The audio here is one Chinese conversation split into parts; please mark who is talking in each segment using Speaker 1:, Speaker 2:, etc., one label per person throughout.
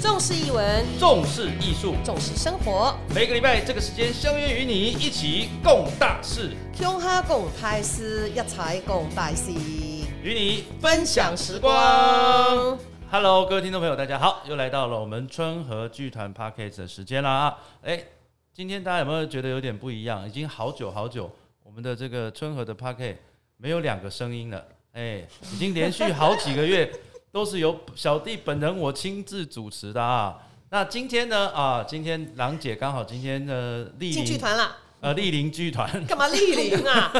Speaker 1: 重视译文，
Speaker 2: 重视艺术，
Speaker 1: 重视生活，
Speaker 2: 每个礼拜这个时间相约与你一起共大事，
Speaker 1: 穷哈共拍思，一才共大事，
Speaker 2: 与你
Speaker 1: 分享时光
Speaker 2: 光。。Hello，各位听众朋友，大家好，又来到了我们春和剧团 Podcast 的时间啦啊！哎、今天大家有没有觉得有点不一样？已经好久好久，我们的这个春和的 Podcast 没有两个声音了，哎、已经连续好几个月都是由小弟本人我亲自主持的啊。那今天呢啊，今天郎姐刚好今天的莅
Speaker 1: 进剧
Speaker 2: 临
Speaker 1: 团啦，
Speaker 2: 呃莅临剧团
Speaker 1: 干嘛莅临啊？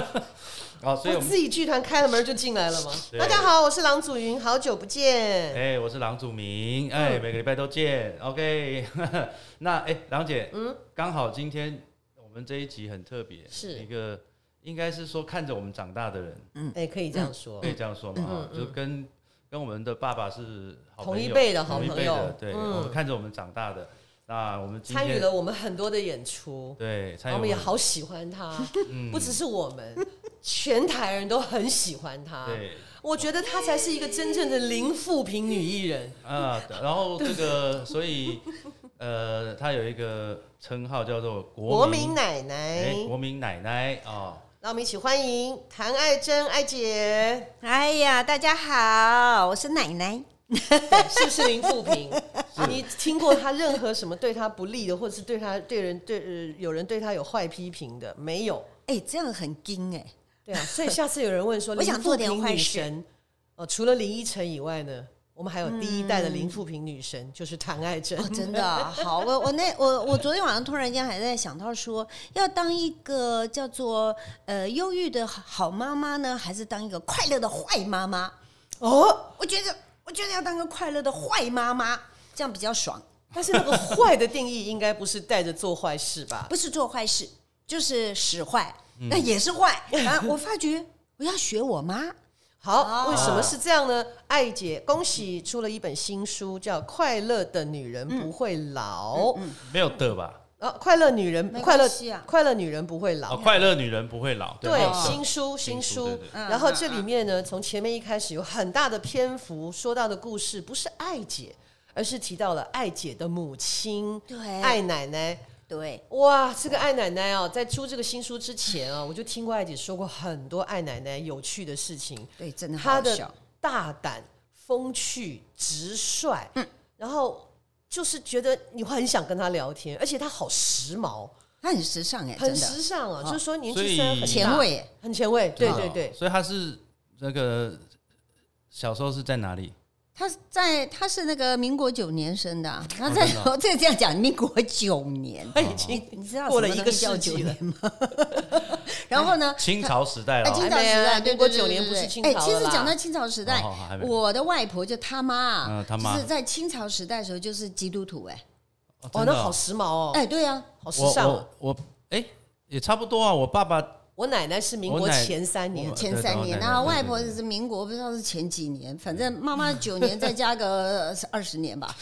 Speaker 2: 啊， 所以
Speaker 1: 我
Speaker 2: 我们
Speaker 1: 自己剧团开了门就进来了嘛。
Speaker 2: 对
Speaker 1: 大家好，我是郎祖云，好久不见。
Speaker 2: 哎、我是郎祖明，
Speaker 1: 嗯
Speaker 2: 哎、每个礼拜都见，OK 那哎，郎、姐，嗯，刚好今天我们这一集很特别，
Speaker 1: 是
Speaker 2: 一个应该是说看着我们长大的人，
Speaker 1: 哎，可以这样说
Speaker 2: 可，以这样说嘛，啊就跟跟我们的爸爸是好
Speaker 1: 嗯同
Speaker 2: 朋
Speaker 1: 一
Speaker 2: 友
Speaker 1: 辈的好
Speaker 2: 同一
Speaker 1: 朋
Speaker 2: 辈
Speaker 1: 友
Speaker 2: 的，对，
Speaker 1: 嗯
Speaker 2: 我们看着我们长大的，那我们今
Speaker 1: 参与
Speaker 2: 天
Speaker 1: 了我们很多的演出，
Speaker 2: 对参
Speaker 1: 然后
Speaker 2: 与
Speaker 1: 我们也
Speaker 2: 们
Speaker 1: 好喜欢他，
Speaker 2: 嗯
Speaker 1: 不只是我们，全台人都很喜欢他。
Speaker 2: 对
Speaker 1: 我觉得她才是一个真正的零负评女艺人。
Speaker 2: 啊，然后这 个所以呃，他有一个称号叫做
Speaker 1: 国
Speaker 2: 国
Speaker 1: 民
Speaker 2: 民
Speaker 1: 奶
Speaker 2: 哎
Speaker 1: 奶，
Speaker 2: 国民奶奶啊。
Speaker 1: 让我们一起欢迎谭爱珍爱姐，
Speaker 3: 哎呀，大家好，我是奶奶。
Speaker 1: 对是不是零负评？你听过她任何什么对她不利的，或者是对她对人对、呃、有人对她有坏批评的没有？
Speaker 3: 哎、这样很惊哎、
Speaker 1: 对啊，所以下次有人问 说，
Speaker 3: 我想
Speaker 1: 零
Speaker 3: 做
Speaker 1: 负
Speaker 3: 点
Speaker 1: 评
Speaker 3: 坏
Speaker 1: 女
Speaker 3: 事
Speaker 1: 神哦，除了林依晨以外呢，我们还有第一代的零负评女神，就是谭爱珍
Speaker 3: 哦，。真的啊、好，我我那我我昨天晚上突然间还在想到说，要当一个叫做呃忧郁的好妈妈呢，还是当一个快乐的坏妈妈？
Speaker 1: 哦，
Speaker 3: 我觉得我觉得要当个快乐的坏妈妈，这样比较爽，
Speaker 1: 但是那个坏的定义应该不是带着做坏事吧？
Speaker 3: 不是做坏事，就是使坏，
Speaker 1: 嗯
Speaker 3: 那、也是 坏。然后我发觉我要学我妈。
Speaker 1: 好，
Speaker 3: 哦
Speaker 1: 为什么是这样呢？艾姐，恭喜出了一本新书，叫《快乐的女人不会老》。
Speaker 2: 没有的吧？
Speaker 1: 啊，快乐女人，
Speaker 3: 嗯没
Speaker 1: 快乐
Speaker 3: 关系啊，哦
Speaker 1: 快乐女人不会
Speaker 2: 哦，
Speaker 1: 老。
Speaker 2: 快乐女人不会老，没
Speaker 1: 对哦
Speaker 2: 有，错
Speaker 1: 新书，新
Speaker 2: 新书
Speaker 1: 书
Speaker 2: 对对。
Speaker 3: 对
Speaker 1: 然后这里面呢，从前面一开始有很大的篇幅说到的故事，不是艾姐，而是提到了艾姐的母亲，
Speaker 3: 对
Speaker 1: 艾奶奶。
Speaker 3: 哎对，
Speaker 1: 哇，这个艾奶奶哦，在出这个新书之前啊，我就听过艾姐说过很多艾奶奶有趣的事情。
Speaker 3: 对，真的
Speaker 1: 他
Speaker 3: 好
Speaker 1: 的
Speaker 3: 笑。
Speaker 1: 大胆、风趣、直率，
Speaker 3: 嗯
Speaker 1: 然后就是觉得你会很想跟他聊天，而且他好时髦，
Speaker 3: 她很时尚哎、
Speaker 1: 很
Speaker 3: 真的
Speaker 1: 时尚啊，
Speaker 3: 哦
Speaker 1: 就是说年
Speaker 2: 所
Speaker 1: 纪
Speaker 2: 以
Speaker 1: 虽然很大
Speaker 3: 前，卫、哎
Speaker 1: 很前卫，对
Speaker 2: 哦
Speaker 1: 对对，
Speaker 2: 所以他是那个小时候是在哪里？
Speaker 3: 他在他是那个民国九年生的啊，他
Speaker 2: 哦
Speaker 3: 在
Speaker 2: 真的啊
Speaker 3: 我这这样讲，民国九 年，
Speaker 1: 他哎已经
Speaker 3: 哦你知道
Speaker 1: 过了
Speaker 3: 什么
Speaker 1: 一个
Speaker 3: 东西叫
Speaker 1: 世纪
Speaker 3: 九
Speaker 1: 了
Speaker 3: 年吗？然后呢，
Speaker 2: 清朝时代
Speaker 3: 哎，
Speaker 2: 了，
Speaker 3: 清朝
Speaker 1: 还
Speaker 3: 时
Speaker 1: 没啊
Speaker 3: 代，对
Speaker 1: 民国
Speaker 3: 对对
Speaker 1: 九年
Speaker 3: 对
Speaker 1: 不是
Speaker 3: 对
Speaker 1: 清
Speaker 3: 哎，
Speaker 1: 朝
Speaker 3: 其
Speaker 1: 了
Speaker 3: 实
Speaker 1: 啦
Speaker 3: 讲到清朝时代
Speaker 2: 哦还，没
Speaker 3: 我的外婆就他妈，啊
Speaker 2: 嗯她妈
Speaker 3: 就是在清朝时代的时候就是基督徒，哎
Speaker 1: 哦，
Speaker 2: 真
Speaker 1: 那
Speaker 2: 的
Speaker 1: 好时髦哦，
Speaker 3: 哎，对啊，
Speaker 1: 好时
Speaker 2: 我
Speaker 1: 尚啊。
Speaker 2: 我我哎，也差不多啊。我爸爸
Speaker 1: 我奶奶是民国
Speaker 2: 我奶
Speaker 1: 前三年
Speaker 2: 我，
Speaker 3: 前
Speaker 2: 哦对
Speaker 3: 三
Speaker 2: 对
Speaker 3: 年，
Speaker 2: 对
Speaker 3: 然后
Speaker 2: 对对
Speaker 3: 外婆
Speaker 2: 对
Speaker 3: 是民国，不知道是前几年，反正妈妈九年，再加个二十年 吧，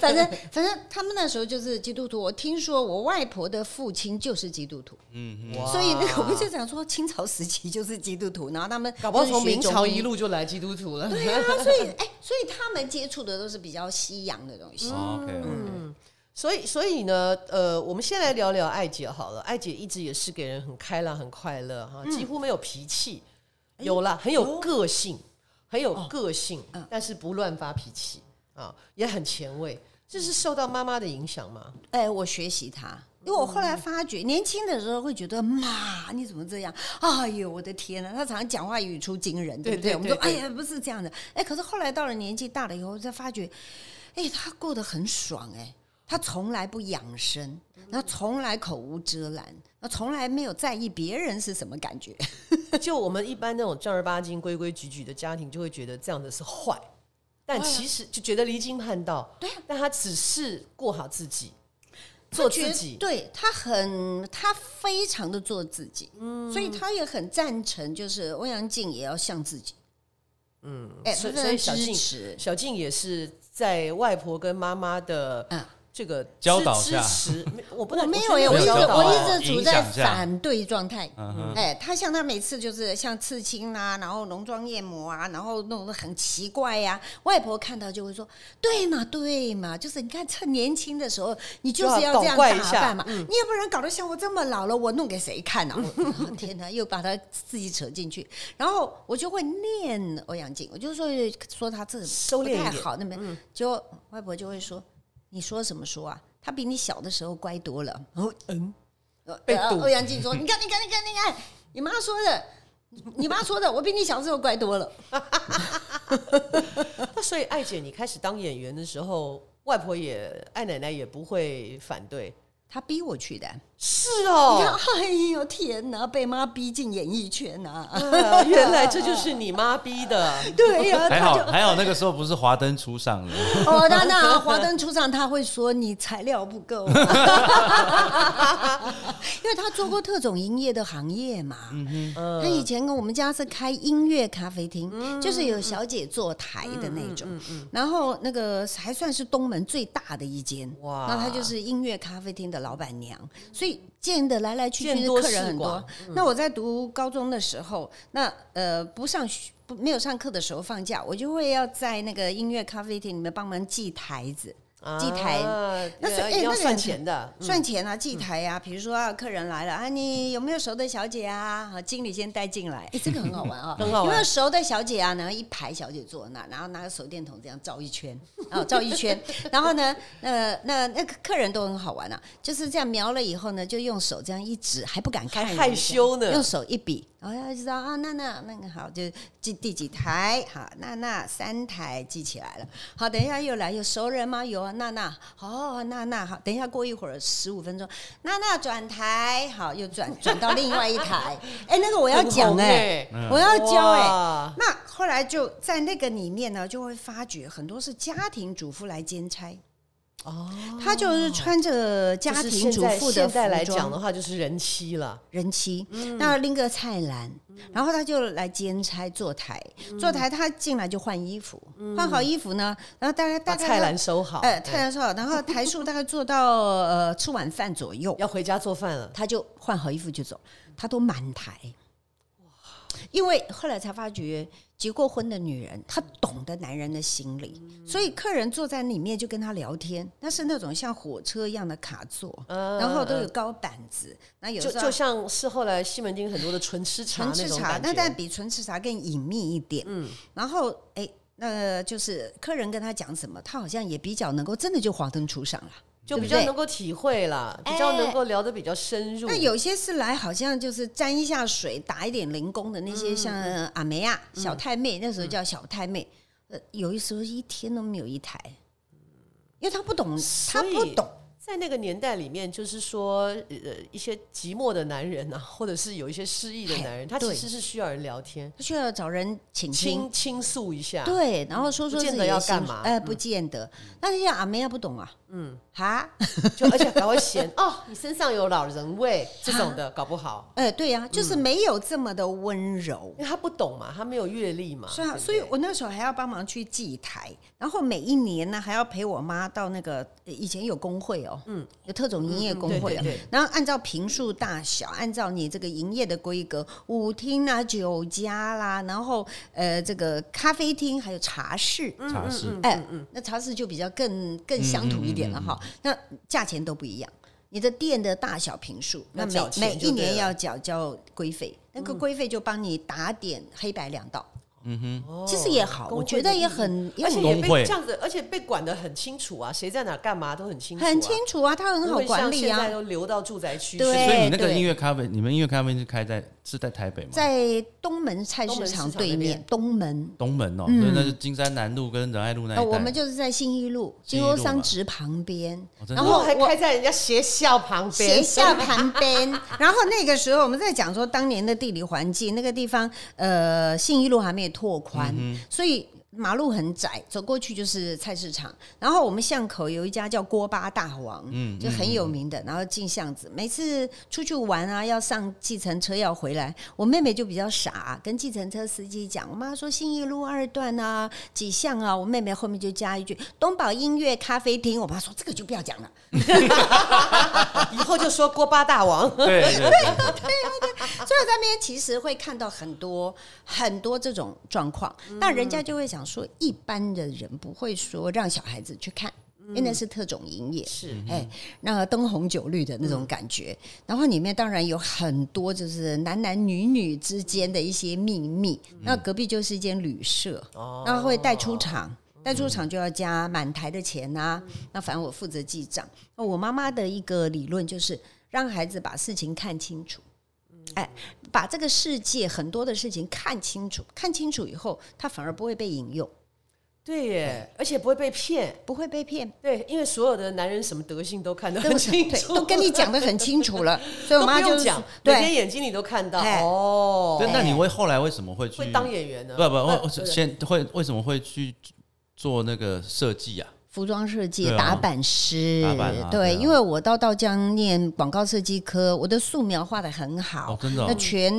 Speaker 3: 反正反正他们那时候就是基督徒。我听说我外婆的父亲就是基督徒，
Speaker 2: 嗯
Speaker 1: 哇
Speaker 3: 所以那个我们就想说清朝时期就是基督徒，然后他们
Speaker 1: 搞不好
Speaker 3: 就是
Speaker 1: 从
Speaker 3: 学
Speaker 1: 明朝
Speaker 3: 中医
Speaker 1: 一。路就来基督徒了。
Speaker 3: 对 啊，所以哎，所以他们接触的都是比较西洋的东西。
Speaker 2: ，OK，嗯，
Speaker 1: 所以，所以呢，呃，我们先来聊聊艾姐好了。艾姐一直也是给人很开朗、很快乐哈，几乎没有脾气，有啦，很有个性，很有个性，但是不乱发脾气啊，也很前卫。这是受到妈妈的影响吗？
Speaker 3: 哎，我学习他，因为我后来发觉，年轻的时候会觉得妈你怎么这样？哎呦，我的天呐！他常常讲话语出惊人，对不
Speaker 1: 对对
Speaker 3: 我们说
Speaker 1: 对
Speaker 3: 哎
Speaker 1: 对
Speaker 3: 呀不是这样的，哎，可是后来到了年纪大了以后，才发觉，哎，他过得很爽哎。他从来不养生，然后从来口无遮拦，然后从来没有在意别人是什么感觉。
Speaker 1: 就我们一般那种正儿八经、规规矩矩的家庭，就会觉得这样的是坏，但其实就觉得离经叛道。对、但他只是过好自己，做
Speaker 3: 觉
Speaker 1: 自
Speaker 3: 得
Speaker 1: 己。
Speaker 3: 对他很，他非常的做自己，
Speaker 1: 嗯
Speaker 3: 所以他也很赞成，就是欧阳靖也要像自己，嗯，哎，
Speaker 1: 所以
Speaker 3: 他
Speaker 1: 所以小
Speaker 3: 支
Speaker 1: 靖
Speaker 3: 持，
Speaker 1: 小静也是在外婆跟妈妈的
Speaker 3: 嗯
Speaker 1: 这个
Speaker 2: 教导
Speaker 1: 支
Speaker 2: 下
Speaker 1: 支持，没我不
Speaker 3: 我
Speaker 1: 能
Speaker 3: 没有
Speaker 1: 我觉
Speaker 3: 哎，
Speaker 1: 得
Speaker 3: 我
Speaker 2: 没
Speaker 1: 没有教导
Speaker 2: 有教导啊
Speaker 3: 一直我一直处
Speaker 2: 影
Speaker 3: 在
Speaker 2: 响下
Speaker 3: 反对状态。
Speaker 2: 嗯哼，
Speaker 3: 哎，他像他每次就是像刺青啊，然后浓妆艳抹啊，然后弄得很奇怪呀、外婆看到就会说：“对嘛，对嘛，就是你看趁年轻的时候，你就是
Speaker 1: 就要
Speaker 3: 要
Speaker 1: 搞
Speaker 3: 这样
Speaker 1: 怪一
Speaker 3: 打
Speaker 1: 下嗯
Speaker 3: 扮嘛，你也不能搞得像我这么老了，我弄给谁看啊？”我 天哪，又把他自己扯进去，然后我就会念欧阳靖，我就说说他这
Speaker 1: 收
Speaker 3: 不
Speaker 1: 敛一
Speaker 3: 太
Speaker 1: 点嗯
Speaker 3: 好，那么就外婆就会说：“你说什么说啊？他比你小的时候乖多了。”然后嗯，呃
Speaker 1: 被
Speaker 3: 呃
Speaker 1: 堵
Speaker 3: 欧阳靖说：“你看，你看，你看，你看，你妈说的，你妈说的，我比你小时候乖多了。
Speaker 2: 啊
Speaker 1: 那所以艾姐，你开始当演员的时候，外婆也艾奶奶也不会反对，”
Speaker 3: 他逼我去的，
Speaker 1: 是
Speaker 3: 你看
Speaker 1: 哦。，
Speaker 3: 哎呦天哪，被妈逼进演艺圈呐、
Speaker 1: 啊原来这就是你妈逼的，
Speaker 3: 对呀、
Speaker 2: 还
Speaker 3: 他
Speaker 2: 好
Speaker 3: 就
Speaker 2: 还好那个时候不是华灯初上的，
Speaker 3: 哦，那那华灯初上，他会说你材料不够、 因为他做过特种营业的行业嘛。他以前跟我们家是开音乐咖啡厅，就是有小姐坐台的那种，然后那个还算是东门最大的一间，
Speaker 1: 哇
Speaker 3: 那她就是音乐咖啡厅的老板娘，所以见的来来去去
Speaker 1: 见
Speaker 3: 的
Speaker 1: 多
Speaker 3: 客人
Speaker 1: 识
Speaker 3: 很多嗯
Speaker 1: 广。
Speaker 3: 那我在读高中的时候，那呃不上学不没有上课的时候放假，我就会要在那个音乐咖啡厅里面帮忙记台子。祭台
Speaker 1: 啊
Speaker 3: 那是
Speaker 1: 对啊
Speaker 3: 哎
Speaker 1: 一定要
Speaker 3: 那个
Speaker 1: 算
Speaker 3: 很
Speaker 1: 钱的，嗯，
Speaker 3: 算钱啊，祭台啊，比如说啊，客人来了啊，你有没有熟的小姐啊？好，经理先带进来，哎，这个 很好玩啊
Speaker 1: 很好玩
Speaker 3: 有没有熟的小姐啊？然后一排小姐坐那，然后拿个手电筒这样照一圈，然后照一圈，然后呢，呃，那那个客人都很好玩啊，就是这样瞄了以后呢，就用手这样一指，还不敢看
Speaker 1: 还
Speaker 3: 人家，
Speaker 1: 害羞呢
Speaker 3: 用手一比，然后要知道啊，那那那个好，就记第几台，好，那那三台记起来了。好，等一下又来，有熟人吗？有啊，娜娜，哦，娜娜，好，等一下过一会儿十五分钟，娜娜转台，好，又转转到另外一台， 哎、那个我要讲哎、
Speaker 1: 很
Speaker 2: 嗯
Speaker 3: 我要
Speaker 1: 红
Speaker 3: 教哎、
Speaker 1: 哇
Speaker 3: 那后来就在那个里面呢，就会发觉很多是家庭主妇来兼差，
Speaker 1: 哦，
Speaker 3: 她就是穿着家
Speaker 1: 就是
Speaker 3: 庭
Speaker 1: 现
Speaker 3: 主
Speaker 1: 在
Speaker 3: 妇的
Speaker 1: 现
Speaker 3: 服
Speaker 1: 在来
Speaker 3: 装
Speaker 1: 讲的话，就是人妻了，
Speaker 3: 人妻，
Speaker 1: 嗯
Speaker 3: 那拎个菜篮，然后他就来兼差坐台，
Speaker 1: 嗯
Speaker 3: 坐台他进来就换衣服，换好衣服呢，然后大概
Speaker 1: 把
Speaker 3: 大概
Speaker 1: 菜篮收好，
Speaker 3: 哎菜篮收好，然后台数大概 做到呃吃晚饭左右，
Speaker 1: 要回家做饭了。
Speaker 3: 他就换好衣服就走，
Speaker 1: 嗯
Speaker 3: 他都满台。因为后来才发觉，结过婚的女
Speaker 1: 嗯
Speaker 3: 人，她懂得男人的心理，所以客人坐在里面就跟他聊天，那是那种像火车一样的卡座，
Speaker 1: 嗯
Speaker 3: 然后都有高板子，那有
Speaker 1: 就
Speaker 3: 时候
Speaker 1: 就像是后来西门町很多的纯吃茶
Speaker 3: 纯
Speaker 1: 那
Speaker 3: 吃
Speaker 1: 种
Speaker 3: 茶，
Speaker 1: 感
Speaker 3: 那
Speaker 1: 觉，
Speaker 3: 但比纯吃茶更隐秘一点。
Speaker 1: 嗯
Speaker 3: 然后哎，那就是客人跟他讲什么，他好像也比较能够真的就华灯初上了。
Speaker 1: 就
Speaker 3: 对
Speaker 1: 比
Speaker 3: 不
Speaker 1: 较
Speaker 3: 对哎
Speaker 1: 能够体会啦，比较能够聊得比较深入。
Speaker 3: 那有些是来好像就是沾一下水、打一点零工的那
Speaker 1: 嗯
Speaker 3: 些，像阿梅啊、小太妹，那时候叫小太妹，呃，有的时候一天都没有一台，因为他不懂，他
Speaker 1: 所以
Speaker 3: 不懂。
Speaker 1: 在那个年代里面，就是说，呃，一些寂寞的男人啊， 或者是有一些失意的男人，他其
Speaker 3: 哎对
Speaker 1: 实是需要人聊天，
Speaker 3: 他需要找人请听
Speaker 1: 倾，倾诉一下。
Speaker 3: 对，然后说
Speaker 1: 不
Speaker 3: 说自
Speaker 1: 见
Speaker 3: 己
Speaker 1: 得要
Speaker 3: 的心
Speaker 1: 干嘛嗯
Speaker 3: 哎，不见得。那些阿梅啊不懂啊，嗯，哈，
Speaker 1: 就而且还会嫌 哦，你身上有老人 味这种的，搞不好，
Speaker 3: 哎，对呀、
Speaker 1: 嗯
Speaker 3: 就是没有这么的温柔。
Speaker 1: 因为他不懂嘛，他没有阅历嘛。
Speaker 3: 是啊，
Speaker 1: 嗯对不
Speaker 3: 所以
Speaker 1: 对
Speaker 3: 我那时候还要帮忙去祭台，然后每一年呢还要陪我妈到那个呃以前有工会哦，嗯，有特种营业工会、
Speaker 1: 嗯
Speaker 3: 啊
Speaker 1: 嗯对对对
Speaker 3: 然后按照平数大小，按照你这个营业的规格，舞厅啊、酒家啦，然后呃这个咖啡厅还有茶室，
Speaker 2: 茶室
Speaker 1: 嗯
Speaker 3: 哎、那茶室就比较更更乡土一点了
Speaker 1: 嗯
Speaker 3: 哈、那价钱都不一样，你的店的大小平数，
Speaker 1: 要
Speaker 3: 那
Speaker 1: 缴
Speaker 3: 每
Speaker 1: 钱
Speaker 3: 每
Speaker 1: 就
Speaker 3: 一
Speaker 1: 对
Speaker 3: 年
Speaker 1: 了
Speaker 3: 要缴交规费，那个规费就帮你打点黑白两道，
Speaker 1: 哦
Speaker 3: 其实也好，我
Speaker 1: 工
Speaker 3: 觉
Speaker 1: 会
Speaker 3: 得
Speaker 1: 的
Speaker 3: 也
Speaker 1: 意义
Speaker 3: 很，因
Speaker 1: 而
Speaker 3: 为
Speaker 1: 且
Speaker 3: 我
Speaker 1: 也
Speaker 2: 工
Speaker 1: 被
Speaker 2: 会
Speaker 1: 这样子，而且被管得很清楚啊，谁在哪干嘛都很清楚、啊，
Speaker 3: 很清楚啊，它很好
Speaker 1: 不会像
Speaker 3: 管理
Speaker 1: 现在
Speaker 3: 啊，
Speaker 1: 都流到住宅区去，
Speaker 3: 对
Speaker 2: 所以你那个
Speaker 3: 对
Speaker 2: 音乐咖啡，你们音乐咖啡是开在是在台北吗？
Speaker 3: 在东门菜
Speaker 1: 东
Speaker 3: 市
Speaker 1: 门市场
Speaker 3: 场
Speaker 1: 那
Speaker 3: 对面
Speaker 1: 边，
Speaker 3: 东门。
Speaker 2: 东门哦，
Speaker 1: 嗯
Speaker 2: 所以那是金山南路跟仁爱路那一
Speaker 3: 那
Speaker 1: 哦
Speaker 2: 带。
Speaker 3: 我们就是在信义路
Speaker 2: 信
Speaker 3: 金
Speaker 2: 义
Speaker 1: 啊
Speaker 3: 欧
Speaker 2: 路
Speaker 3: 商
Speaker 2: 嘛
Speaker 3: 职旁边
Speaker 2: 哦，真的
Speaker 1: 然
Speaker 3: 然后
Speaker 1: 后
Speaker 2: 吗
Speaker 1: 还
Speaker 3: 我
Speaker 1: 开在人家学校旁边，
Speaker 3: 学校旁边。然后那个时候我们在讲
Speaker 2: 嗯
Speaker 3: 说当年的地理环境，那个地方呃信义路还没有拓宽，所以马路很窄，走过去就是菜市场。然后我们巷口有一家叫锅巴大王，
Speaker 2: 嗯
Speaker 3: 就很有名的。然后进巷子，每次出去玩啊，要上计程车要回来，我妹妹就比较傻，跟计程车司机讲，我妈说信义路二段啊，几巷啊。我妹妹后面就加一句东宝音乐咖啡厅。我妈说这个就不要讲 了。
Speaker 1: 以后就说锅巴大王。
Speaker 2: 对 对对，
Speaker 3: 所以我在那边其实会看到很多很多这种状况，那人家就会想说，一般的人不会说让小孩子去看，因为那 是特种营业，
Speaker 1: 是
Speaker 3: 哎，那灯红酒绿的那种感觉。然后里面当然有很多就是男男女女之间的一些秘密。那隔壁就是一间旅社，
Speaker 1: 哦
Speaker 3: 那会带出场，带出场就要加满台的钱呐、那反正我负责记账。那我妈妈的一个理论就是让孩子把事情看清楚。哎，把这个世界很多的事情看清楚，看清楚以后，他反而不会被引诱，
Speaker 1: 对耶，而且不会被骗。
Speaker 3: 不会被骗，
Speaker 1: 对，因为所有的男人什么德性都看得
Speaker 3: 对
Speaker 1: 很清楚，
Speaker 3: 都跟你 讲的很清楚了。所以
Speaker 1: 都不
Speaker 3: 我妈就
Speaker 1: 用
Speaker 3: 是
Speaker 1: 讲，每
Speaker 3: 对
Speaker 2: 啊
Speaker 1: 天眼睛里都看到
Speaker 3: 哎
Speaker 1: 哦
Speaker 2: 对。那你为后来为什么会去
Speaker 1: 会当演员呢？
Speaker 2: 不不，我
Speaker 1: 呃
Speaker 2: 我先会为什么会去做那个设计啊？
Speaker 3: 服装设计、
Speaker 2: 对啊
Speaker 3: 打版师，
Speaker 2: 打版啊对
Speaker 3: 对，
Speaker 2: 啊
Speaker 3: 因为我到道江念广告设计科，我的素描画的很好，
Speaker 2: 哦，真的哦
Speaker 3: 那全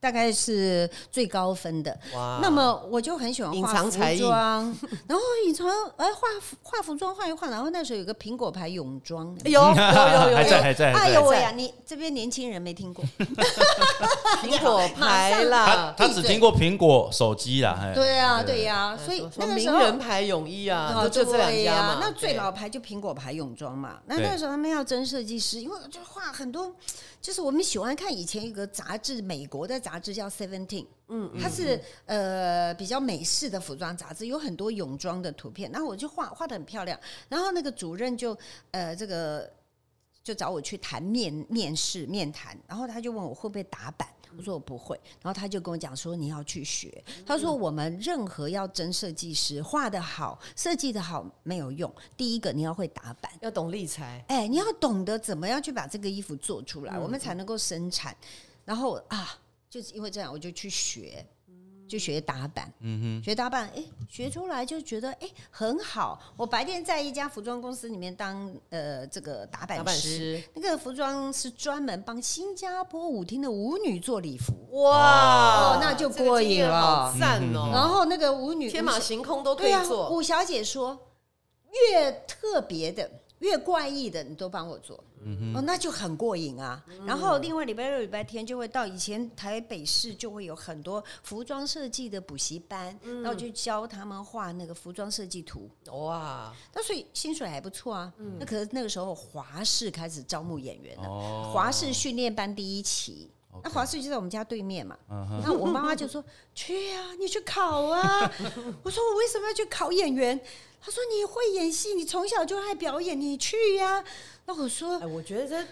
Speaker 3: 大概是最高分的。
Speaker 1: 哇
Speaker 3: 那么我就很喜欢
Speaker 1: 隐
Speaker 3: 画
Speaker 1: 藏
Speaker 3: 服
Speaker 1: 才艺
Speaker 3: 装， 然后隐藏哎画服画服装画一画，然后那时候有个苹果牌泳装，
Speaker 1: 哎 呦有有有
Speaker 2: 还在
Speaker 1: 有，
Speaker 2: 还在
Speaker 3: 哎
Speaker 2: 还
Speaker 3: 呦
Speaker 2: 在。
Speaker 3: 喂呀，你这边年轻人 没听过，
Speaker 1: 苹果牌
Speaker 2: 他
Speaker 1: 啦，
Speaker 2: 他只听过苹果手机啦，哎，
Speaker 3: 对啊对呀，所以
Speaker 1: 什
Speaker 3: 那
Speaker 1: 么
Speaker 3: 个时
Speaker 1: 哎名
Speaker 3: 候
Speaker 1: 人牌泳衣啊，
Speaker 3: 哦
Speaker 1: 就就这两
Speaker 3: 对
Speaker 1: 家
Speaker 3: 呀
Speaker 1: 嘛。
Speaker 3: 那最
Speaker 1: 对
Speaker 3: 老牌就苹果牌泳装嘛。那
Speaker 2: 对
Speaker 3: 那时候他们要争设计师，因为就画很多，就是我们喜欢看以前有个杂志，美国的杂志叫 Seventeen，嗯，它是呃比较美式的服装杂志，有很多泳装的图片。然后我就画画的很漂亮，然后那个主任就呃这个。就找我去谈面面试面谈，然后他就问我会不会打板，我说我不会，然后他就跟我讲说你要去学，他说：“我们任何要争设计师，画的好，设计的好没有用。第一个你要会打板，
Speaker 1: 要懂理财，
Speaker 3: 哎，你要懂得怎么样去把这个衣服做出来，
Speaker 1: 嗯
Speaker 3: 我们才能够生产。然后啊，就是因为这样，我就去学，就学打板。
Speaker 2: 嗯
Speaker 3: 学打扮，哎，学出来就觉得哎很好。我白天在一家服装公司里面当呃这个打
Speaker 1: 打
Speaker 3: 板
Speaker 1: 板
Speaker 3: 师，
Speaker 1: 师。
Speaker 3: 那个服装是专门帮新加坡舞厅的舞女做礼服。
Speaker 1: 哇
Speaker 3: 哦那就
Speaker 1: 这个
Speaker 3: 过
Speaker 1: 经
Speaker 3: 瘾
Speaker 1: 验好
Speaker 3: 了
Speaker 1: 赞
Speaker 2: 嗯
Speaker 1: 哦！
Speaker 3: 然后那个舞女
Speaker 1: 天马行空都可
Speaker 3: 对
Speaker 1: 以
Speaker 3: 啊，
Speaker 1: 做，
Speaker 3: 武小姐说，越特别的、越怪异的，你都帮我做，
Speaker 1: 嗯
Speaker 3: 哦，那就很过瘾啊。然后另外礼拜六、礼拜天就会到以前台北市就会有很多服装设计的补习班，
Speaker 1: 嗯
Speaker 3: 那、我就教他们画那个服装设计图。
Speaker 1: 哇！
Speaker 3: 那所以薪水还不错啊。
Speaker 2: 嗯
Speaker 3: 那可是那个时候华视开始招募演员
Speaker 2: 哼，
Speaker 3: 了，
Speaker 2: 哦，
Speaker 3: 华视训练班第一期。那华视就在我们家对面嘛，
Speaker 2: 嗯哼，
Speaker 3: 那我妈妈就说：“去啊，你去考 啊。”我说：“我为什么要去考演员？”她说：“你会演戏，你从小就爱表演，你去呀、那我说
Speaker 1: 哎，我觉得这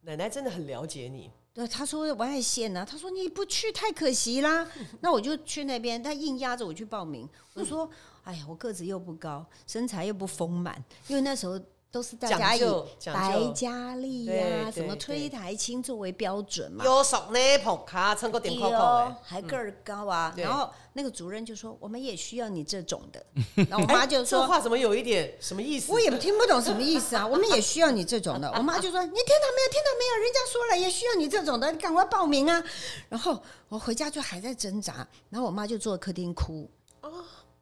Speaker 1: 奶奶真的很了解你，：“
Speaker 3: 对。”她说：“外县啊。”她说：“你不去太可惜啦。”那我就去那边，她硬压着我去报名。我说：“哎呀，我个子又不高，身材又不丰满，因为那时候都是大家
Speaker 1: 讲
Speaker 3: 以
Speaker 1: 究讲
Speaker 3: 白
Speaker 1: 究，
Speaker 3: 佳丽
Speaker 1: 对
Speaker 3: 呀、
Speaker 1: 对
Speaker 3: 什么
Speaker 1: 对
Speaker 3: 推台青作为标准嘛。”
Speaker 1: 有手呢捧卡，撑个点
Speaker 3: 低
Speaker 1: 扣扣
Speaker 3: 哦
Speaker 1: 哎，，
Speaker 3: 还个儿高啊。
Speaker 1: 对
Speaker 3: 然后那个主任就说：“我们也需要你这种 的。”然后我妈就
Speaker 1: 哎这
Speaker 3: 说
Speaker 1: 话怎么有一点什么意：“思？
Speaker 3: 我也听不懂什么意思啊，我 们也需要你这种的。”我妈就说：“你听到没有？听到没有？人家说了也需要你这种的，你赶快报名啊！”然后我回家就还在挣扎，然后我妈就坐客厅哭，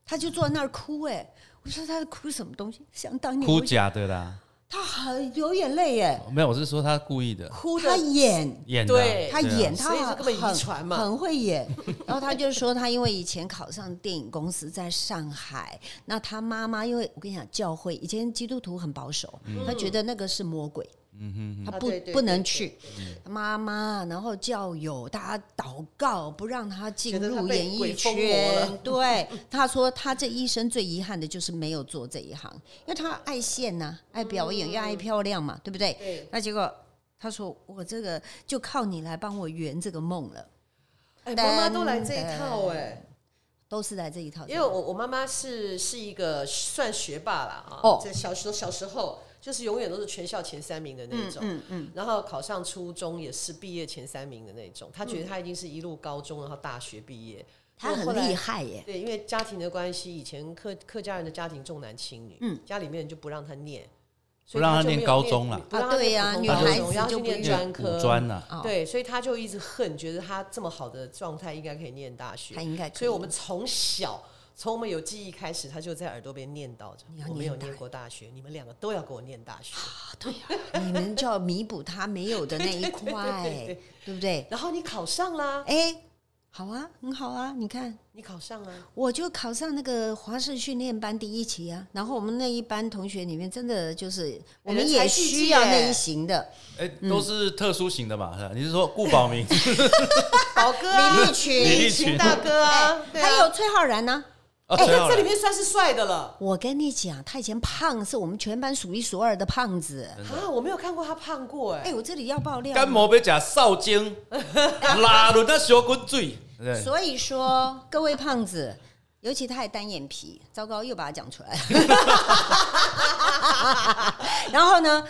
Speaker 3: 她就坐那儿哭哎、我说她在哭什么东西？想当年
Speaker 2: 哭
Speaker 3: 我，
Speaker 2: 假的啦，
Speaker 3: 她很流眼泪耶、
Speaker 2: 哦没有，我是说他故意的
Speaker 1: 哭
Speaker 3: 她
Speaker 1: 的
Speaker 3: 演
Speaker 2: 演的啊，
Speaker 1: 对
Speaker 3: 他
Speaker 2: 对啊
Speaker 3: 演，
Speaker 1: 所
Speaker 3: 他
Speaker 1: 以这根本遗
Speaker 3: 很
Speaker 1: 传嘛
Speaker 3: 很会演。然后他就说，他因为以前考上电影公司在上海，那他妈妈因为我跟你讲，教会以前基督徒很保守，他觉得那个是魔鬼，
Speaker 2: 嗯
Speaker 3: 他
Speaker 1: 嗯啊
Speaker 3: 不
Speaker 1: 对对
Speaker 3: 不能
Speaker 1: 对
Speaker 3: 去。他妈妈，然后教友，大家祷告不让他进
Speaker 1: 觉得他
Speaker 3: 入
Speaker 1: 被
Speaker 3: 演
Speaker 1: 鬼
Speaker 3: 艺
Speaker 1: 疯魔了
Speaker 3: 圈。对，他说他这一生最遗憾的就是没有做这一行，因为他爱现呐、爱表演，又爱漂亮嘛，对不对？
Speaker 1: 对，
Speaker 3: 那结果他说：“我这个就靠你来帮我圆这个梦了，
Speaker 1: 哎，妈妈都来这一套哎、
Speaker 3: 都是来这一套。”
Speaker 1: 因为我我妈妈是是一个算学霸啦啊，
Speaker 3: 哦
Speaker 1: 在小时候小时候就是永远都是全校前三名的那
Speaker 3: 嗯
Speaker 1: 种。
Speaker 3: 嗯嗯，
Speaker 1: 然后考上初中也是毕业前三名的那种，他觉得他已经是一路高中，然后大学毕业。
Speaker 3: 他
Speaker 1: 结果
Speaker 3: 很
Speaker 1: 后来
Speaker 3: 厉害耶，
Speaker 1: 对，因为家庭的关系，以前客客家人的家庭重男轻女，
Speaker 3: 嗯
Speaker 1: 家里面人就不让他念，
Speaker 2: 不让他念高中啦
Speaker 1: 了，不让他
Speaker 3: 啊对呀
Speaker 1: 念普
Speaker 3: 女
Speaker 1: 通高中
Speaker 3: 孩子
Speaker 1: 让他去
Speaker 3: 就不
Speaker 1: 念
Speaker 3: 一样
Speaker 1: 专科，
Speaker 2: 五专啊呐，
Speaker 3: 哦
Speaker 1: 对，所以他就一直恨，觉得他这么好的状态应该可以念大学
Speaker 3: 他，应该可。
Speaker 1: 所以我们从小。从我们有记忆开始，他就在耳朵边念叨着
Speaker 3: 你要：“
Speaker 1: 我没
Speaker 3: 念
Speaker 1: 有
Speaker 3: 大啊
Speaker 1: 念过大学，你们两个都要给我念大学。
Speaker 3: 你们就要弥补他没有的 那一块，对不对？
Speaker 1: 然后你考上啦，
Speaker 3: 哎，好啊，很好啊，你看，
Speaker 1: 你考上啊，
Speaker 3: 我就考上那个华视训练班第一期啊，然后我们那一班同学里面，真的就是我们也需要那一型的，
Speaker 2: 哎，都是特殊型的嘛？是吧你是说顾宝明？
Speaker 1: 宝哥啊、
Speaker 3: 李立群哎
Speaker 2: 李立群
Speaker 1: 群大哥啊，对啊
Speaker 3: 还有崔浩然呢、
Speaker 2: 哦，
Speaker 1: 哎，
Speaker 2: 陈
Speaker 1: 那
Speaker 2: 浩
Speaker 1: 这里
Speaker 2: 然
Speaker 1: 面算是帅的了
Speaker 3: 我跟你讲，他以前胖是我们全班数一数二的胖子。
Speaker 1: 啊！我没有看过他胖过哎、
Speaker 3: 哎，我这里要爆料吗。
Speaker 2: 啊干毛被假少精，拉入那小滚嘴，对不对
Speaker 3: 所以说，各位胖子，尤其他还单眼皮，糟糕，又把它讲出 来。然后呢，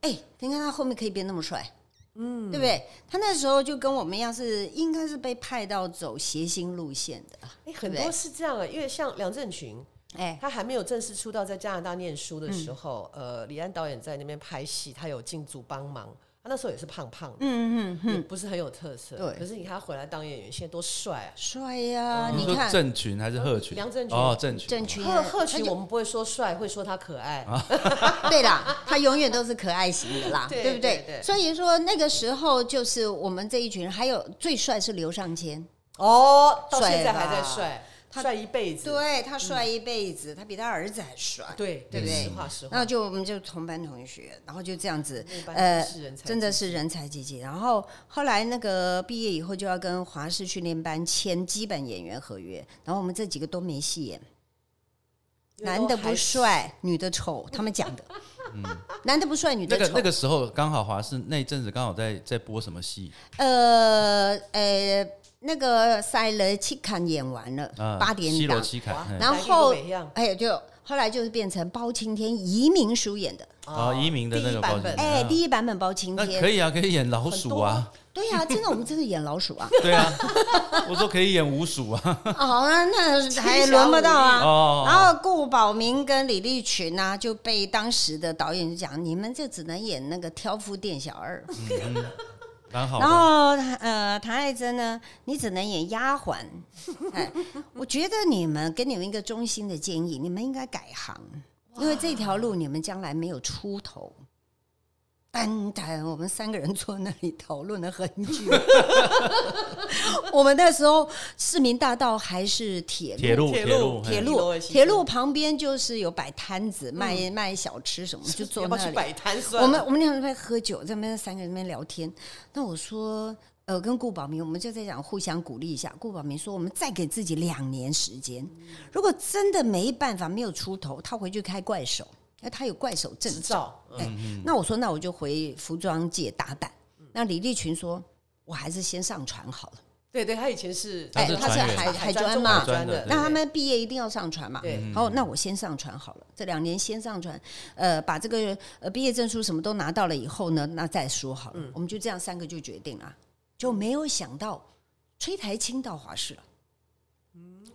Speaker 3: 哎、你看他后面可以变那么帅，嗯，对不对？他那时候就跟我们一样是，应该是被派到走谐星路线的，
Speaker 1: 哎、很
Speaker 3: 对
Speaker 1: 多是这样啊、因为像梁振群，
Speaker 3: 哎、嗯
Speaker 1: 他还没有正式出道，在加拿大念书的时候，呃，李安导演在那边拍戏，他有进组帮忙。他那时候也是胖胖的，
Speaker 3: 嗯嗯嗯，
Speaker 1: 也不是很有特色。
Speaker 3: 对
Speaker 1: 可是你看他回来当演员，现在多帅啊！
Speaker 3: 帅呀、
Speaker 2: 你
Speaker 3: 你
Speaker 2: 说
Speaker 3: 看
Speaker 2: 郑群还是贺群？
Speaker 1: 梁郑群
Speaker 2: 哦，郑群，
Speaker 3: 郑群
Speaker 1: 贺
Speaker 3: 啊，
Speaker 1: 贺
Speaker 3: 他
Speaker 1: 群
Speaker 3: 就
Speaker 1: 我们不会说帅，会说他可爱。
Speaker 3: 对啦，他永远都是可爱型的啦，
Speaker 1: 对
Speaker 3: 对不对？
Speaker 1: 对对
Speaker 3: 所以说那个时候就是我们这一群人，还有最帅是刘尚谦。
Speaker 1: 哦，到
Speaker 3: 帅
Speaker 1: 现在还
Speaker 3: 吧
Speaker 1: 在帅，帅一辈子。
Speaker 3: 对他帅一辈子，他比他儿子还帅。
Speaker 1: 对
Speaker 3: 对不对
Speaker 1: 实话实
Speaker 3: 然
Speaker 1: 话，
Speaker 3: 后就我们就同班同学，然后就这样子
Speaker 1: 那，嗯班
Speaker 3: 呃
Speaker 1: 真是人，才
Speaker 3: 真的
Speaker 1: 济济
Speaker 3: 是人才济济。然后后来那个毕业以后就要跟华视训练班签基本演员合约，然后我们这几个都没戏演，
Speaker 1: 因为
Speaker 3: 男
Speaker 1: 都
Speaker 3: 的不
Speaker 1: 还
Speaker 3: 帅，女的丑，他们讲的，男的不帅，女
Speaker 2: 那
Speaker 3: 的
Speaker 2: 个
Speaker 3: 丑
Speaker 2: 那，个时候刚好华视那一阵子刚好在在播什么戏？
Speaker 3: 呃呃，那个塞勒契坎演完了
Speaker 2: 啊，，
Speaker 3: 八点
Speaker 2: 西罗
Speaker 3: 档，
Speaker 2: 七凯
Speaker 1: 哇，
Speaker 2: 嗯
Speaker 3: 然
Speaker 1: 哪里
Speaker 3: 后
Speaker 1: 都一样
Speaker 3: 哎呦就后来就是变成包青天、移民书演的。
Speaker 2: 哦，移民的那
Speaker 1: 第
Speaker 2: 个
Speaker 1: 一
Speaker 2: 报
Speaker 1: 版
Speaker 2: 纸
Speaker 1: 本，
Speaker 3: 哎，
Speaker 2: 嗯
Speaker 3: 第一版本包青
Speaker 2: 那
Speaker 3: 天，
Speaker 2: 可以啊，可以演老
Speaker 1: 很
Speaker 2: 鼠
Speaker 1: 多
Speaker 2: 啊
Speaker 1: 啊，
Speaker 3: 对呀、真的，我们真的演 老鼠啊！
Speaker 2: 对啊，我说可以演五鼠啊，
Speaker 3: 哦，那那还轮不到啊。
Speaker 2: 哦
Speaker 3: 然后顾宝明跟李立群呢、就被当时的导演就讲，你们就只能演那个挑夫店小二。
Speaker 2: 蛮好
Speaker 3: 然
Speaker 2: 的。
Speaker 3: 后呃，唐爱珍呢，你只能演丫鬟。哎，我觉得你们给你们一个衷心的建议，你们应该改行，因为这条路你们将来没有出头。单谈，我们三个人坐那里讨论了很久。我们那时候市民大道还是铁路，
Speaker 2: 铁路，
Speaker 1: 铁路
Speaker 2: 铁嘿
Speaker 3: 铁
Speaker 1: 嗯
Speaker 3: 路，铁路旁边就是有摆摊子，卖卖小吃什么，就坐
Speaker 1: 要不
Speaker 3: 那
Speaker 1: 要去
Speaker 3: 里。
Speaker 1: 摆摊算了？
Speaker 3: 我们我们两个在喝酒，在那边三个人在那边聊天。那我说，呃，跟顾宝明，我们就在讲互相鼓励一下。顾宝明说，我们再给自己两年时间，如果真的没办法，没有出头，他回去开怪手，因为他有怪手证
Speaker 1: 执
Speaker 3: 照。
Speaker 1: 照，嗯
Speaker 3: 哎，那我说，那我就回服装界打板。那李立群说，我还是先上船好了。
Speaker 1: 对对，他以前是
Speaker 2: 他是
Speaker 3: 哎他是
Speaker 2: 船员
Speaker 3: 海海专
Speaker 1: 中
Speaker 3: 嘛
Speaker 1: 海专的，
Speaker 2: 对
Speaker 3: 那他们毕业一定要上传嘛？
Speaker 1: 对
Speaker 3: 好，那我先上传好了，这两年先上传，呃，把这个呃毕业证书什么都拿到了以后呢，那再说好
Speaker 1: 嗯
Speaker 3: 了。我们就这样三个就决定了，就没有想到崔台清到华视了。